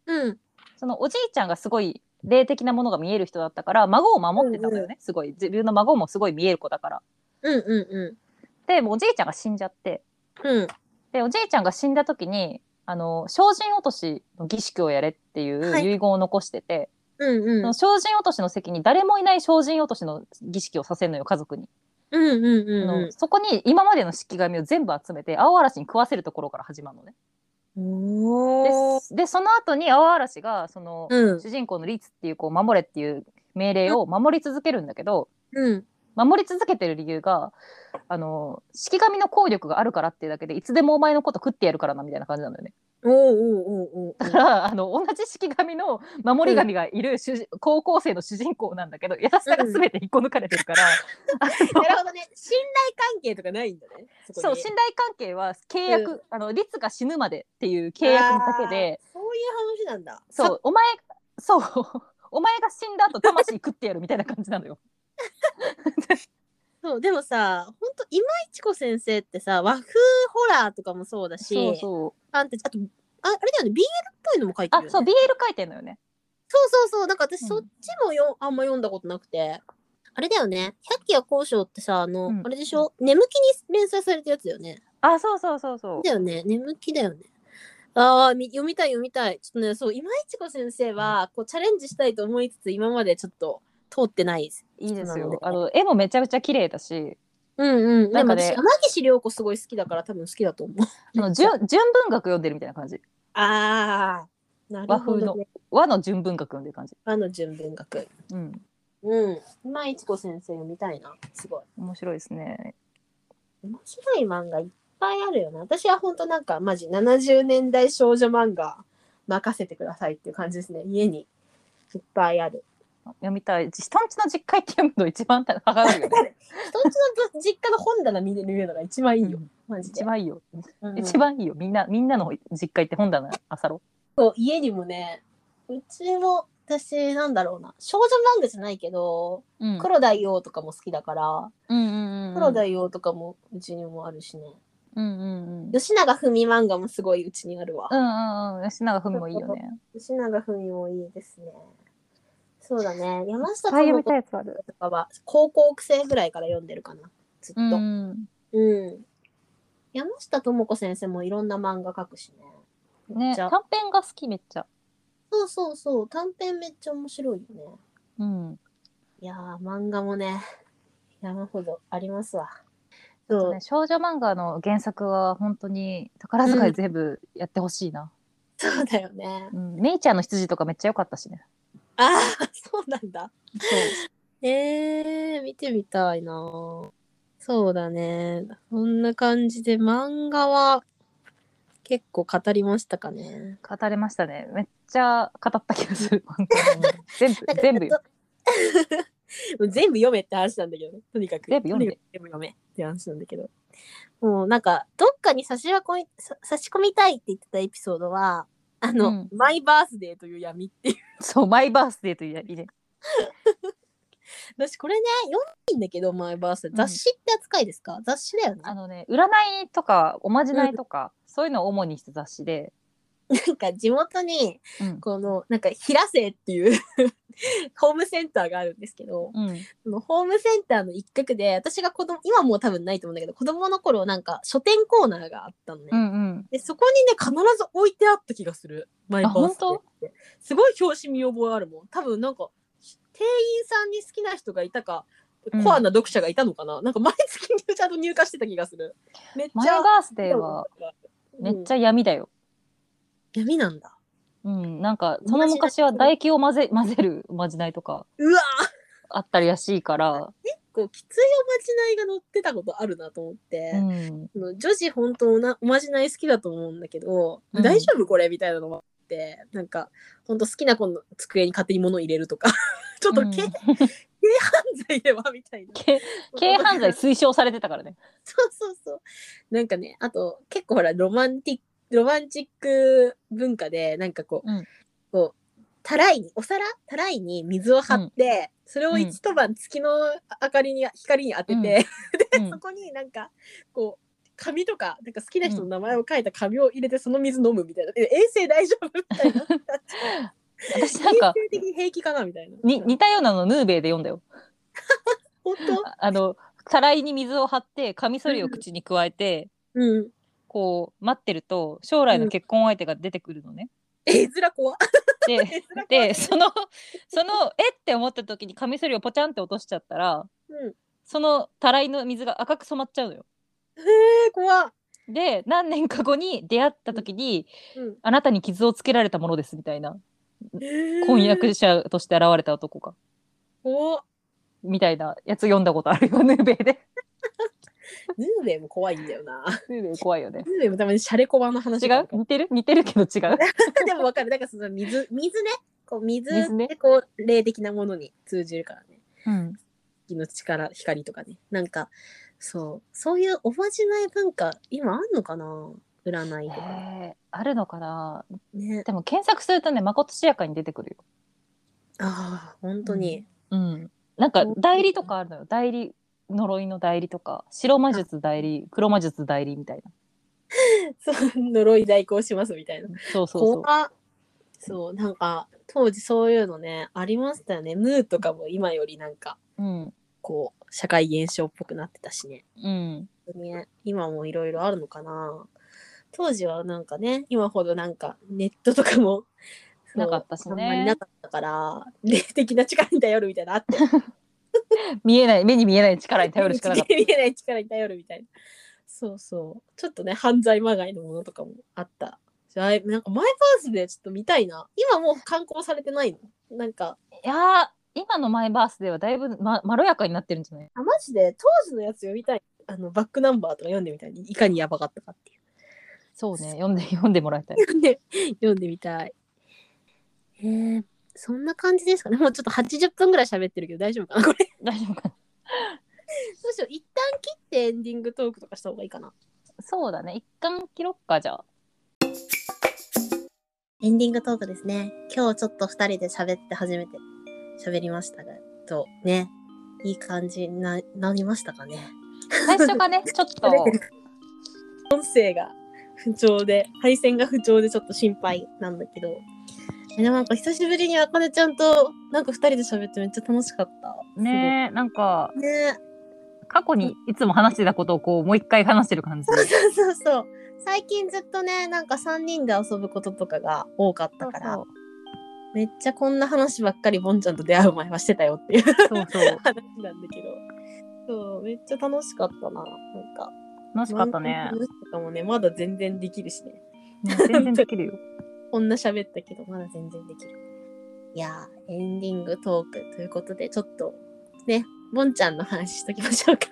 S1: うん。
S2: そのおじいちゃんがすごい霊的なものが見える人だったから孫を守ってたのよね、
S1: うん
S2: すごい自分の孫もすごい見える子だから。
S1: うんう
S2: でもうおじいちゃんが死んじゃって
S1: んうん。うん。
S2: でおじいちゃんが死んだ時にあの精進落としの儀式をやれっていう
S1: はい
S2: 遺言を残してて、
S1: うんうん。
S2: その精進落としの席に誰もいない精進落としの儀式をさせるのよ家族に、
S1: うんうん
S2: あ
S1: う
S2: のそこに今までの式紙を全部集めて青嵐に食わせるところから始まるのね
S1: ん。おー。
S2: ででその後に青嵐がその、
S1: うん
S2: 主人公のリツっていう子を守れっていう命令を守り続けるんだけど
S1: うん。
S2: 守り続けてる理由があの式紙の効力があるからっていうだけでいつでもお前のこと食ってやるからなみたいな感じなのよね
S1: おーおーおーお
S2: だ
S1: ー
S2: からあの同じ式神の守り神がいる主人、高校生の主人公なんだけど優しさが全て一個抜かれてる から、
S1: なるほどね。信頼関係とかないんだね。こに
S2: そう信頼関係は契約、あの律が死ぬまでっていう契約だけで
S1: そういう話なんだ。
S2: そ
S1: さ。
S2: うお前そうお前が死んだ後魂食ってやるみたいな感じなのよ。
S1: そうでもさ、本当今市子先生ってさ、和風ホラーとかもそうだし、
S2: そうそう
S1: ファンタジーあとああれだよね、BL っぽいのも書いて
S2: あ
S1: るよね。
S2: そう BL 書いてんのよね。
S1: そうそうそう。なんか私
S2: うん
S1: そっちもよ、あんま読んだことなくて。あれだよね。百鬼夜行賞ってさ、あの、
S2: うん
S1: あれでしょ眠気に連載されたやつだよね。
S2: あそうそうそうそう
S1: だ。よね。眠気だよね。ああ、み読みたい読みたい。ちょっとね、そう、今市子先生は、こう、チャレンジしたいと思いつつ、今までちょっと通ってないです。
S2: いいです
S1: そうなんだ
S2: よ。あの絵もめちゃめちゃ綺麗だし、
S1: うんうん。
S2: な
S1: なんか
S2: んか
S1: 私、
S2: ね
S1: 山岸涼子すごい好きだから、多分好きだと思う。
S2: あの純純文学読んでるみたいな感じ。
S1: ああ、なるほど、ね。
S2: 和の純文学読んでる感じ。
S1: 和の純文学。
S2: うん。
S1: うん。今市子先生読みたいな。すごい。
S2: 面白いですね。
S1: 面白い漫画いっぱいあるよな。私は本当なんかマジ70年代少女漫画任せてくださいっていう感じですね。家にいっぱいある。
S2: 読みたい。人んちの実家行って読むの一番はがるよね。
S1: 人んちの実家の本棚見れるのが一番いいよ。マジで
S2: 一。番いいよ、
S1: うん
S2: 一番いいよ。みんな、みんなの実家行って本棚あさろ
S1: そう家にもね、うちも私なんだろうな。少女漫画じゃないけど、
S2: う。うん
S1: 黒田洋とかも好きだから、
S2: うんうんうん。
S1: 黒田洋とかもうちにもあるしね。
S2: うんうんうん。
S1: 吉永文漫画もすごいうちにあるわ。
S2: うんうんうん。吉永文もいいよね。
S1: 吉永文もいいですね。そうだね。山下
S2: はい、
S1: 智
S2: 読
S1: 子
S2: みたいやつある。
S1: とかは高校生ぐらいから読んでるかな。ずっと。
S2: う
S1: うん。
S2: ん。
S1: 山下智子先生もいろんな漫画描くしね。めっ
S2: ね、
S1: ちゃ
S2: 短編が好きめっちゃ。
S1: そうそうそう。短編めっちゃ面白いよね。
S2: うん。
S1: いやー、漫画もね、山ほどありますわ。
S2: そう
S1: そう
S2: ね、。少女漫画の原作は本当に宝塚で全部やってほしいな。
S1: そうだよね。
S2: うん。メイちゃんの羊とかめっちゃ良かったしね。
S1: ああ、そうなんだ。
S2: そう。
S1: ええ見てみたいなぁそうだね。そんな感じで漫画は結構語りましたかね。
S2: 語れましたね。めっちゃ語った気が する。全部
S1: なんか
S2: 全部
S1: ちょ っと全部読めって話なんだけどね。とにかく。
S2: 全部読ん
S1: と
S2: で
S1: にかく全部読めって話なんだけど。もうなんか、どっかに差しはこいさ差し込みたいって言ってたエピソードは、あの、
S2: うん
S1: マイバースデーという闇っていう。
S2: そうマイバースデーというやりね。
S1: 私これね、読んでんだけど、マイバースデー。
S2: うん
S1: 雑誌って扱いですか、雑誌だよね。
S2: あのね占いとかおまじないとか、そういうのを主にした雑誌で、
S1: なんか地元に、
S2: うん
S1: このなんか平瀬っていう ホームセンターがあるんですけど
S2: うん、
S1: そのホームセンターの一角で私が子供今もう多分ないと思うんだけど子供の頃なんか書店コーナーがあったのね、
S2: うんうん
S1: でそこにね必ず置いてあった気がするマイバースデーってすごい表紙見覚えあるもん多分なんか店員さんに好きな人がいたか
S2: うん
S1: コアな読者がいたのかな、なんか毎月入社と入荷してた気がするめっ
S2: マイ
S1: ちゃ
S2: バースデーはめっち
S1: ゃ、
S2: ゃ闇だよ。
S1: うん闇なんだ
S2: うん、なんかその昔は唾液を混ぜ混ぜるおまじないとか
S1: うわ
S2: あったりらしいから、
S1: こうきついおまじないが載ってたことあるなと思って、
S2: うん、
S1: その女子本当おなおまじない好きだと思うんだけど、
S2: うん
S1: 大丈夫これみたいなのもあってなんか本当好きな子の机に勝手に物入れるとか ちょっとけ、
S2: うん
S1: 経犯罪ではみたいな。
S2: 軽軽犯罪推奨されてたからね。
S1: そうそうそう。なんかね、あと、結構ほら、ロマンティック、ロマンチック文化で、なんかこう、
S2: うん
S1: こう、たらいに、お皿たらいに水を張って、それを一晩月の明かりに、光に当てて、
S2: うん
S1: で、
S2: うん
S1: そこになんか、こう、紙とか、なんか好きな人の名前を書いた紙を入れて、その水飲むみたいな。え衛生大丈夫みたいな。
S2: 私なん
S1: 衛
S2: か
S1: 生的に平気かなみたいな。
S2: に似たようなのヌーベイで読んだよ。
S1: 本当
S2: ああのたらいに水を張ってカミソリを口に加えて、
S1: うん。
S2: こう待ってると将来の結婚相手が出てくるのね。
S1: 絵面怖っ。 絵
S2: で
S1: 面怖っ
S2: でそのそのえって思った時にカミソリをポチャンって落としちゃったら
S1: うん。
S2: そのたらいの水が赤く染まっちゃうのよ。
S1: えー、怖っ。
S2: で何年か後に出会った時に、
S1: うん
S2: あなたに傷をつけられたものですみたいな
S1: えー
S2: 婚約者として現れた男が、
S1: 怖っ
S2: みたいなやつ読んだことあるよヌー ベイで。
S1: ヌーベイも怖いんだよな。
S2: ヌーベイ怖いよね。
S1: ヌーベイもたまにシャレコバの話
S2: 違
S1: があ
S2: う
S1: るから
S2: 似てる似てるけど違う。
S1: でもわかる。だからその水、水ね。こう水
S2: 水ね
S1: でこう、霊的なものに通じるからね。
S2: うん、
S1: 火の力、光とかね。なんか、そう。そういうおまじない文化、今あんのかな占いとか。
S2: えーあるのかな
S1: ね。
S2: でも検索するとねまことしやかに出てくるよ。
S1: ああ、本当に。
S2: うん、なんか代理とかあるのよ代理呪いの代理とか白魔術代理黒魔術代理みたい
S1: そ
S2: な
S1: う、呪い代行しますみたいな。
S2: そうそうそう
S1: 怖っそう、なんか、当時そういうのね、ありましたよね。ムーとかも今よりなんか、
S2: うん
S1: こう、社会現象っぽくなってたしね。
S2: うん
S1: ね、今もいろいろあるのかな当時はなんかね今ほどなんかネットとかもそう
S2: なかったしね
S1: あんまりなかったから霊的な力に頼るみたいなのあって
S2: 見えない目に見えない力に頼るしかなかっ
S1: 見えない力に頼るみたいなそうそうちょっとね犯罪まがいのものとかもあったじゃあなんかマイパースでちょっと見たいな今もう刊行されてないのなんか
S2: たいやー今のマイバースではだいぶままろやかになってるんじゃない
S1: あマジで当時のやつ読みたいあのバックナンバーとか読んでみたいいかにやばかったかっていう
S2: そうね読んで読んでもらいたい
S1: 読んで読んでみたい。えー、そんな感じですかね。もうちょっと80分ぐらい喋ってるけど大丈夫かなこれ。
S2: 大丈夫か
S1: ど
S2: な
S1: うしよう。一旦切ってエンディングトークとかした方がいいかな。
S2: そうだね一貫切ろっかじゃあ
S1: エンディングトークですね。今日ちょっと2人で喋って初めて喋りましたが、とね、いい感じにななりましたかね。
S2: 最初 がねちょっと
S1: 音声が不調で、配線が不調でちょっと心配なんだけど。えでもなんか久しぶりにあかねちゃんとなんか2人で喋ってめっちゃ楽しかった。
S2: ねなんか
S1: すごい。ね
S2: 過去にいつも話してたことをこうもう一回話してる感じ
S1: そう そうそう。最近ずっとね、なんか3人で遊ぶこととかが多かったから、
S2: そう
S1: めっちゃこんな話ばっかりボンちゃんと出会う前はしてたよっていう
S2: そうそう
S1: 話なんだけど。そう、めっちゃ楽しかったな。なんか。
S2: 楽しかったね
S1: 漫画の話とかもね、まだ全然できるしね。
S2: ね全然できるよ
S1: こんな喋ったけど、まだ全然できる。いやー、エンディングトークということで、ちょっと、ね、ボンちゃんの話しときま しょうか。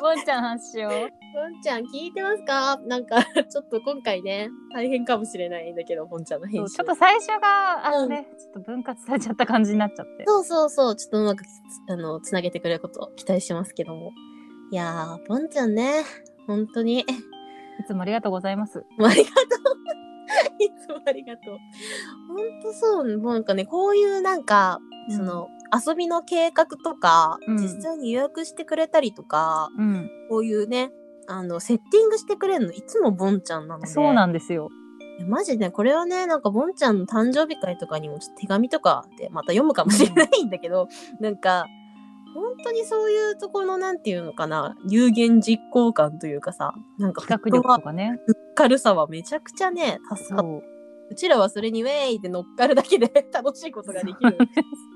S2: ボンちゃん話しよう。
S1: ボンちゃん聞いてますかなんかちょっと今回ね大変かもしれないんだけどボンちゃんの
S2: ち
S1: 編
S2: ょっ
S1: 集
S2: と最初があのね、ちょっと分割されちゃった感じになっちゃって。
S1: そうそうそうちょっとうまくつあのつなげてくれることを期待してますけどもいやーボンちゃんね本当に
S2: いつもありがとうございます。
S1: もうありがとういつもありがとう本当そうねもうなんかねこういうなんか、
S2: うん
S1: その遊びの計画とか、
S2: うん
S1: 実際に予約してくれたりとか
S2: うん、
S1: こういうねあのセッティングしてくれるのいつもボンちゃんなので
S2: そうなんですよ。
S1: いやマジでこれはねなんかボンちゃんの誕生日会とかにもちょっと手紙とかでまた読むかもしれないんだけど、なんか本当にそういうところのなんていうのかな有言実行感というかさなんか
S2: 企画
S1: フットワ
S2: 力
S1: ー
S2: とかね。
S1: ク軽さはめちゃくちゃね助かった
S2: そう
S1: ちらはそれにウェイで乗っかるだけで 楽しいことができる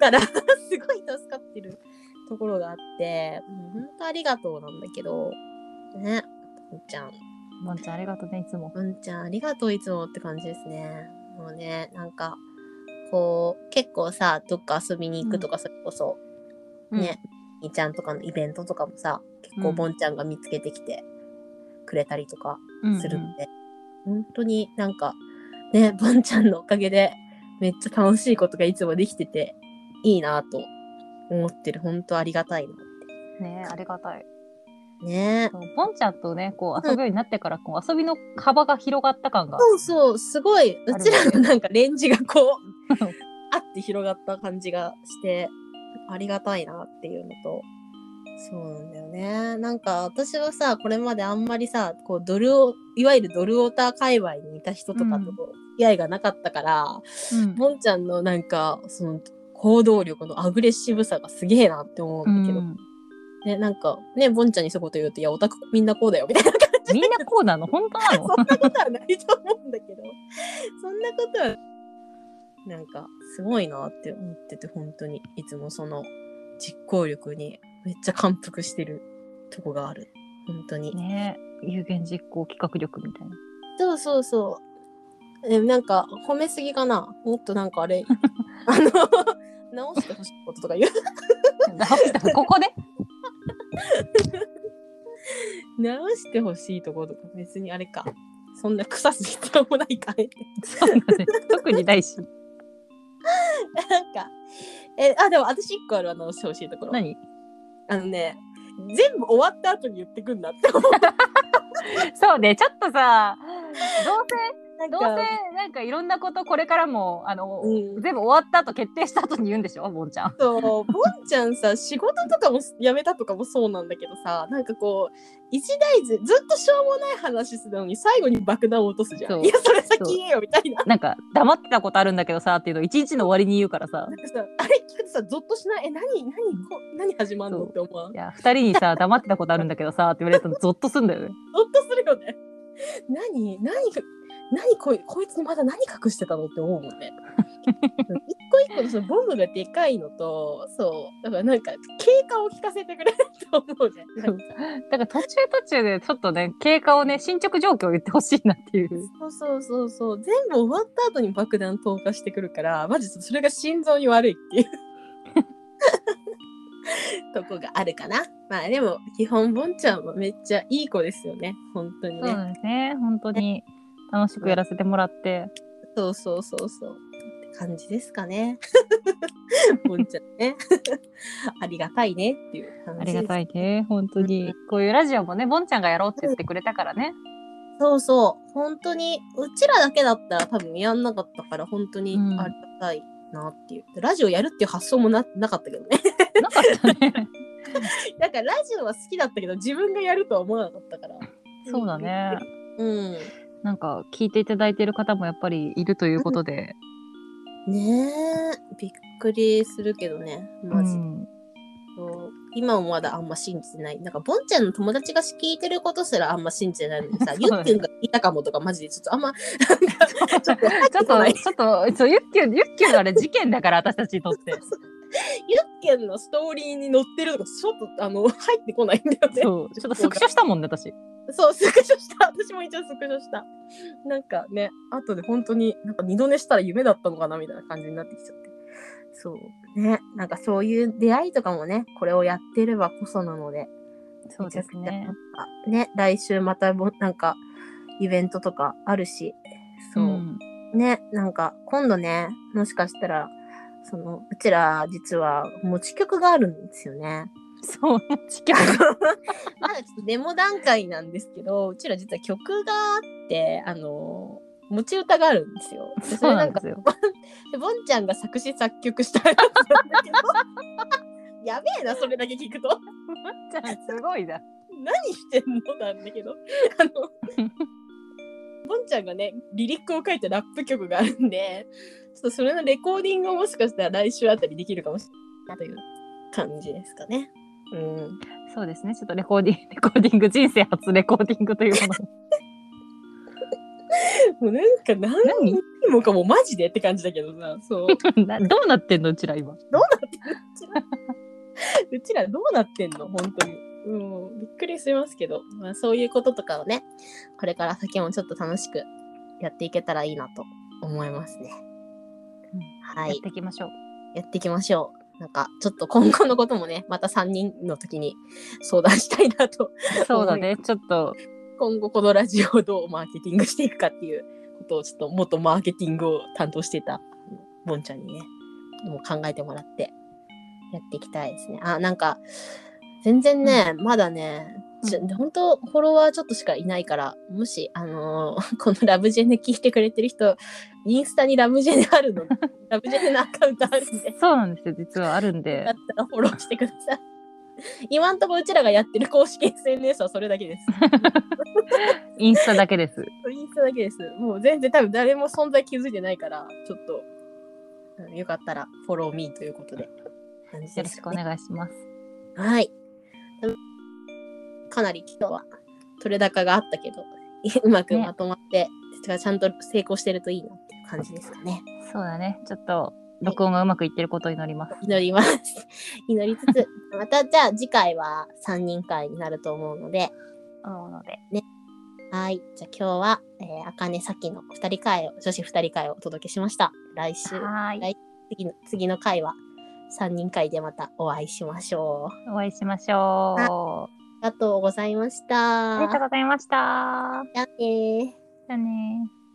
S1: からすごい助かってるところがあってもう本当ありがとうなんだけどねボンちゃん
S2: う。ボンちゃんありがとうね、いつも。
S1: うんちゃんありがとういつもって感じですね。もうねなんかこう結構さどっか遊びに行くとかそれこそ、ね、みーちゃんとかのイベントとかもさ結
S2: う
S1: 構
S2: ん
S1: ぼんちゃんが見つけてきてくれたりとか
S2: うん、
S1: する
S2: うん
S1: で、本当になんかねぼんちゃんのおかげでめっちゃ楽しいことがいつもできてていいなと思ってる本当ありがたいなっ
S2: ねありがたい。
S1: てね
S2: そうボンちゃんとねこう遊ぶようになってからこう遊びの幅が広がった感が、
S1: そうそうすごいうちらのなんかレンジがこうあって広がった感じがしてありがたいなっていうのとそうなんだよねなんか私はさこれまであんまりさこうドルをいわゆるドルオタ界隈にいた人とかと
S2: うん
S1: 付き合いがなかったから、
S2: うん
S1: ボンちゃんのなんかその行動力のアグレッシブさがすげえなって思うんだけど、
S2: うん
S1: ねなんかねボンちゃんにそういうこと言うといやオタクみんなこうだよみたいな感
S2: みんなこうなの本当な の
S1: そんなことはないと思うんだけどそんなことはなんかすごいなって思ってて本当にいつもその実行力にめっちゃ感服してるとこがある本当に、
S2: ね有言実行企画力みた いな。
S1: そうそうそうえなんか褒めすぎかなもっとなんか あれあの直してほしいこととか言う
S2: ここ で
S1: 直してほしいところとか別にあれかそんな腐す必要もないかね
S2: そうだね特にないし。
S1: なんかえあでも私一個あるわ直してほしいところ
S2: 何
S1: あのね全部終わった後に言ってくんなって思う
S2: そうねちょっとさどう
S1: な
S2: せどうん
S1: か
S2: せ なんかいろんなことこれからもあの、
S1: うん
S2: 全部終わった後決定した後に言うんでしょボンちゃん。
S1: そうぼんちゃんさ 仕事とかも辞めたとかもそうなんだけどさなんかこう一大事ずっとしょうもない話するのに最後に爆弾を落とすじゃ
S2: そ
S1: ん
S2: う
S1: いやそれ先言えよみたいな
S2: なんか黙ってたことあるんだけどさっていうのを一日の終わりに言うからさ
S1: なんかさあれ聞くとさゾッとしないえ何何こ何始まんの
S2: そう
S1: って思わん
S2: 「いや2人にさ黙ってたことあるんだけどさ」って言われたのゾッとすんだよね。
S1: ゾッとするよね。何何が何こいこいつにまだ何隠してたのって思うもんね。うん一個一個のそのボムがでかいのとそうだからなんか経過を聞かせてくれると思うね。なんか
S2: だから途中途中でちょっとね経過をね進捗状況を言ってほしいなっていう。
S1: そうそうそうそう全部終わった後に爆弾投下してくるからマジそれが心臓に悪いっていう とこがあるかな。まあでも基本ボンちゃんはめっちゃいい子ですよね本当にね。
S2: そうですね本当に楽しくやらせてもらって、
S1: そうそうそうそう。って感じですか ね。ぼんちゃんね。 ありがたいねっていう感
S2: あ
S1: じ
S2: り
S1: です。
S2: がた
S1: い。
S2: いね本当に、こういうラジオもねボンちゃんがやろうって言ってくれたからね、
S1: そうそう。本当に、うちらだけだったら多分やんなかったから、本当に
S2: うん
S1: ありがたいなっていう。ラジオやるっていう発想もななかったけどね。
S2: なかったね
S1: なんかラジオは好きだったけど、自分がやるとは思わなかったから。
S2: そうだね
S1: うん。
S2: なんか聞いていただいてる方もやっぱりいるということで、
S1: ねえ。びっくりするけどね。マジで。
S2: うん
S1: そう今もまだあんま信じてない。なんか、ボンちゃんの友達が聞いてることすらあんま信じてないのにさ、
S2: そう
S1: ゆ
S2: だ
S1: っ
S2: ね
S1: きゅんがいたかもとか、マジでちょっとあんま、
S2: ちょっと、ちょっと、ちょっと、そう、ゆっきゅん、ゆっきゅんのあれ事件だから、私たちにとって。
S1: ゆっきゅんのストーリーに載ってるとか、ちょっと、あの、入ってこないんだよね。
S2: そう、ちょっとスクショしたもんね、私。
S1: そう、スクショした。私も一応スクショした。なんかね、後で本当に、なんか二度寝したら夢だったのかなみたいな感じになってきちゃって。そう。ね、なんかそういう出会いとかもね、これをやってればこそなので、
S2: そうですね。
S1: あね、来週またもなんかイベントとかあるし、そう、
S2: ん
S1: ね、なんか今度ね、もしかしたら、そのうちら実は持ち曲があるんですよ ね。
S2: そう、事件。
S1: まだちょっとデモ段階なんですけど、うちら実は曲があって、あの持ち歌があるんですよ。でそ
S2: そう
S1: れな
S2: なんん
S1: か
S2: ですよ。
S1: でボンちゃんが作詞作曲したやつなんだけど、 やべえなそれだけ聞くと。
S2: じゃあ、 すごいな。
S1: 何してんのなんだけど あのぼんちゃんがねリリックを書いたラップ曲があるんでちょっとそれのレコーディングをもしかしたら来週あたりできるかもしれないという感じですかね。うん、
S2: そうですね。ちょっとレコーディング、レコーディング、人生初レコーディングというも
S1: もうなんか何
S2: 何
S1: にもかもマジでって感じだけどさそうう
S2: の。 などうなってんの、うちら今。
S1: ちら どうなってんの本当に。うん、びっくりしますけど、まあ、そういうこととかをねこれから先もちょっと楽しくやっていけたらいいなと思いますね。は
S2: やっ
S1: い
S2: ていきましょう。
S1: やっていきましょう。なんか、ちょっと今後のこともね、また3人の時に相談したいなと、
S2: そうだね。ちょっと、
S1: 今後このラジオをどうマーケティングしていくかっていうことを、ちょっと元マーケティングを担当していた、あのボンちゃんにね、もう考えてもらって、やっていきたいですね。あ、なんか、全然ね、まだね、ちょ
S2: うん
S1: 本当フォロワーちょっとしかいないから、もし、あのー このラブジェネ聞いてくれてる人、インスタにラブジェネあるの、ラブジェネのアカウントあるんで、よ
S2: そうなんですよ、実はあるん
S1: か
S2: で
S1: っ。たらフォローしてください。今んとこうちらがやってる公式 SNS はそれだけです。
S2: インスタだけ です。
S1: インスタだけです。もう全然多分誰も存在気づいてないから、ちょっと、うんよかったらフォローミーということで。
S2: よろしくお願いします。
S1: はい。でもかなり今日は取れ高があったけど、 うまくまとまって、ちゃんと成功してるといいなっていう感じですかね。
S2: そうだね、ちょっと録音がうまくいってることを祈ります。
S1: 祈ります。 祈りつつ、またじゃあ次回は3人会になると思うので、
S2: 思うので。
S1: はい。じゃあ今日は、えー、あかねさきの2人会を、女子2人会をお届けしました。来週、
S2: はー
S1: はい
S2: い、
S1: 次の、次の回は3人会でまたお会いしましょう。
S2: お会いしましょう。
S1: ありがとうございました。
S2: ありがとうございました。
S1: じゃあねー
S2: じゃあねー。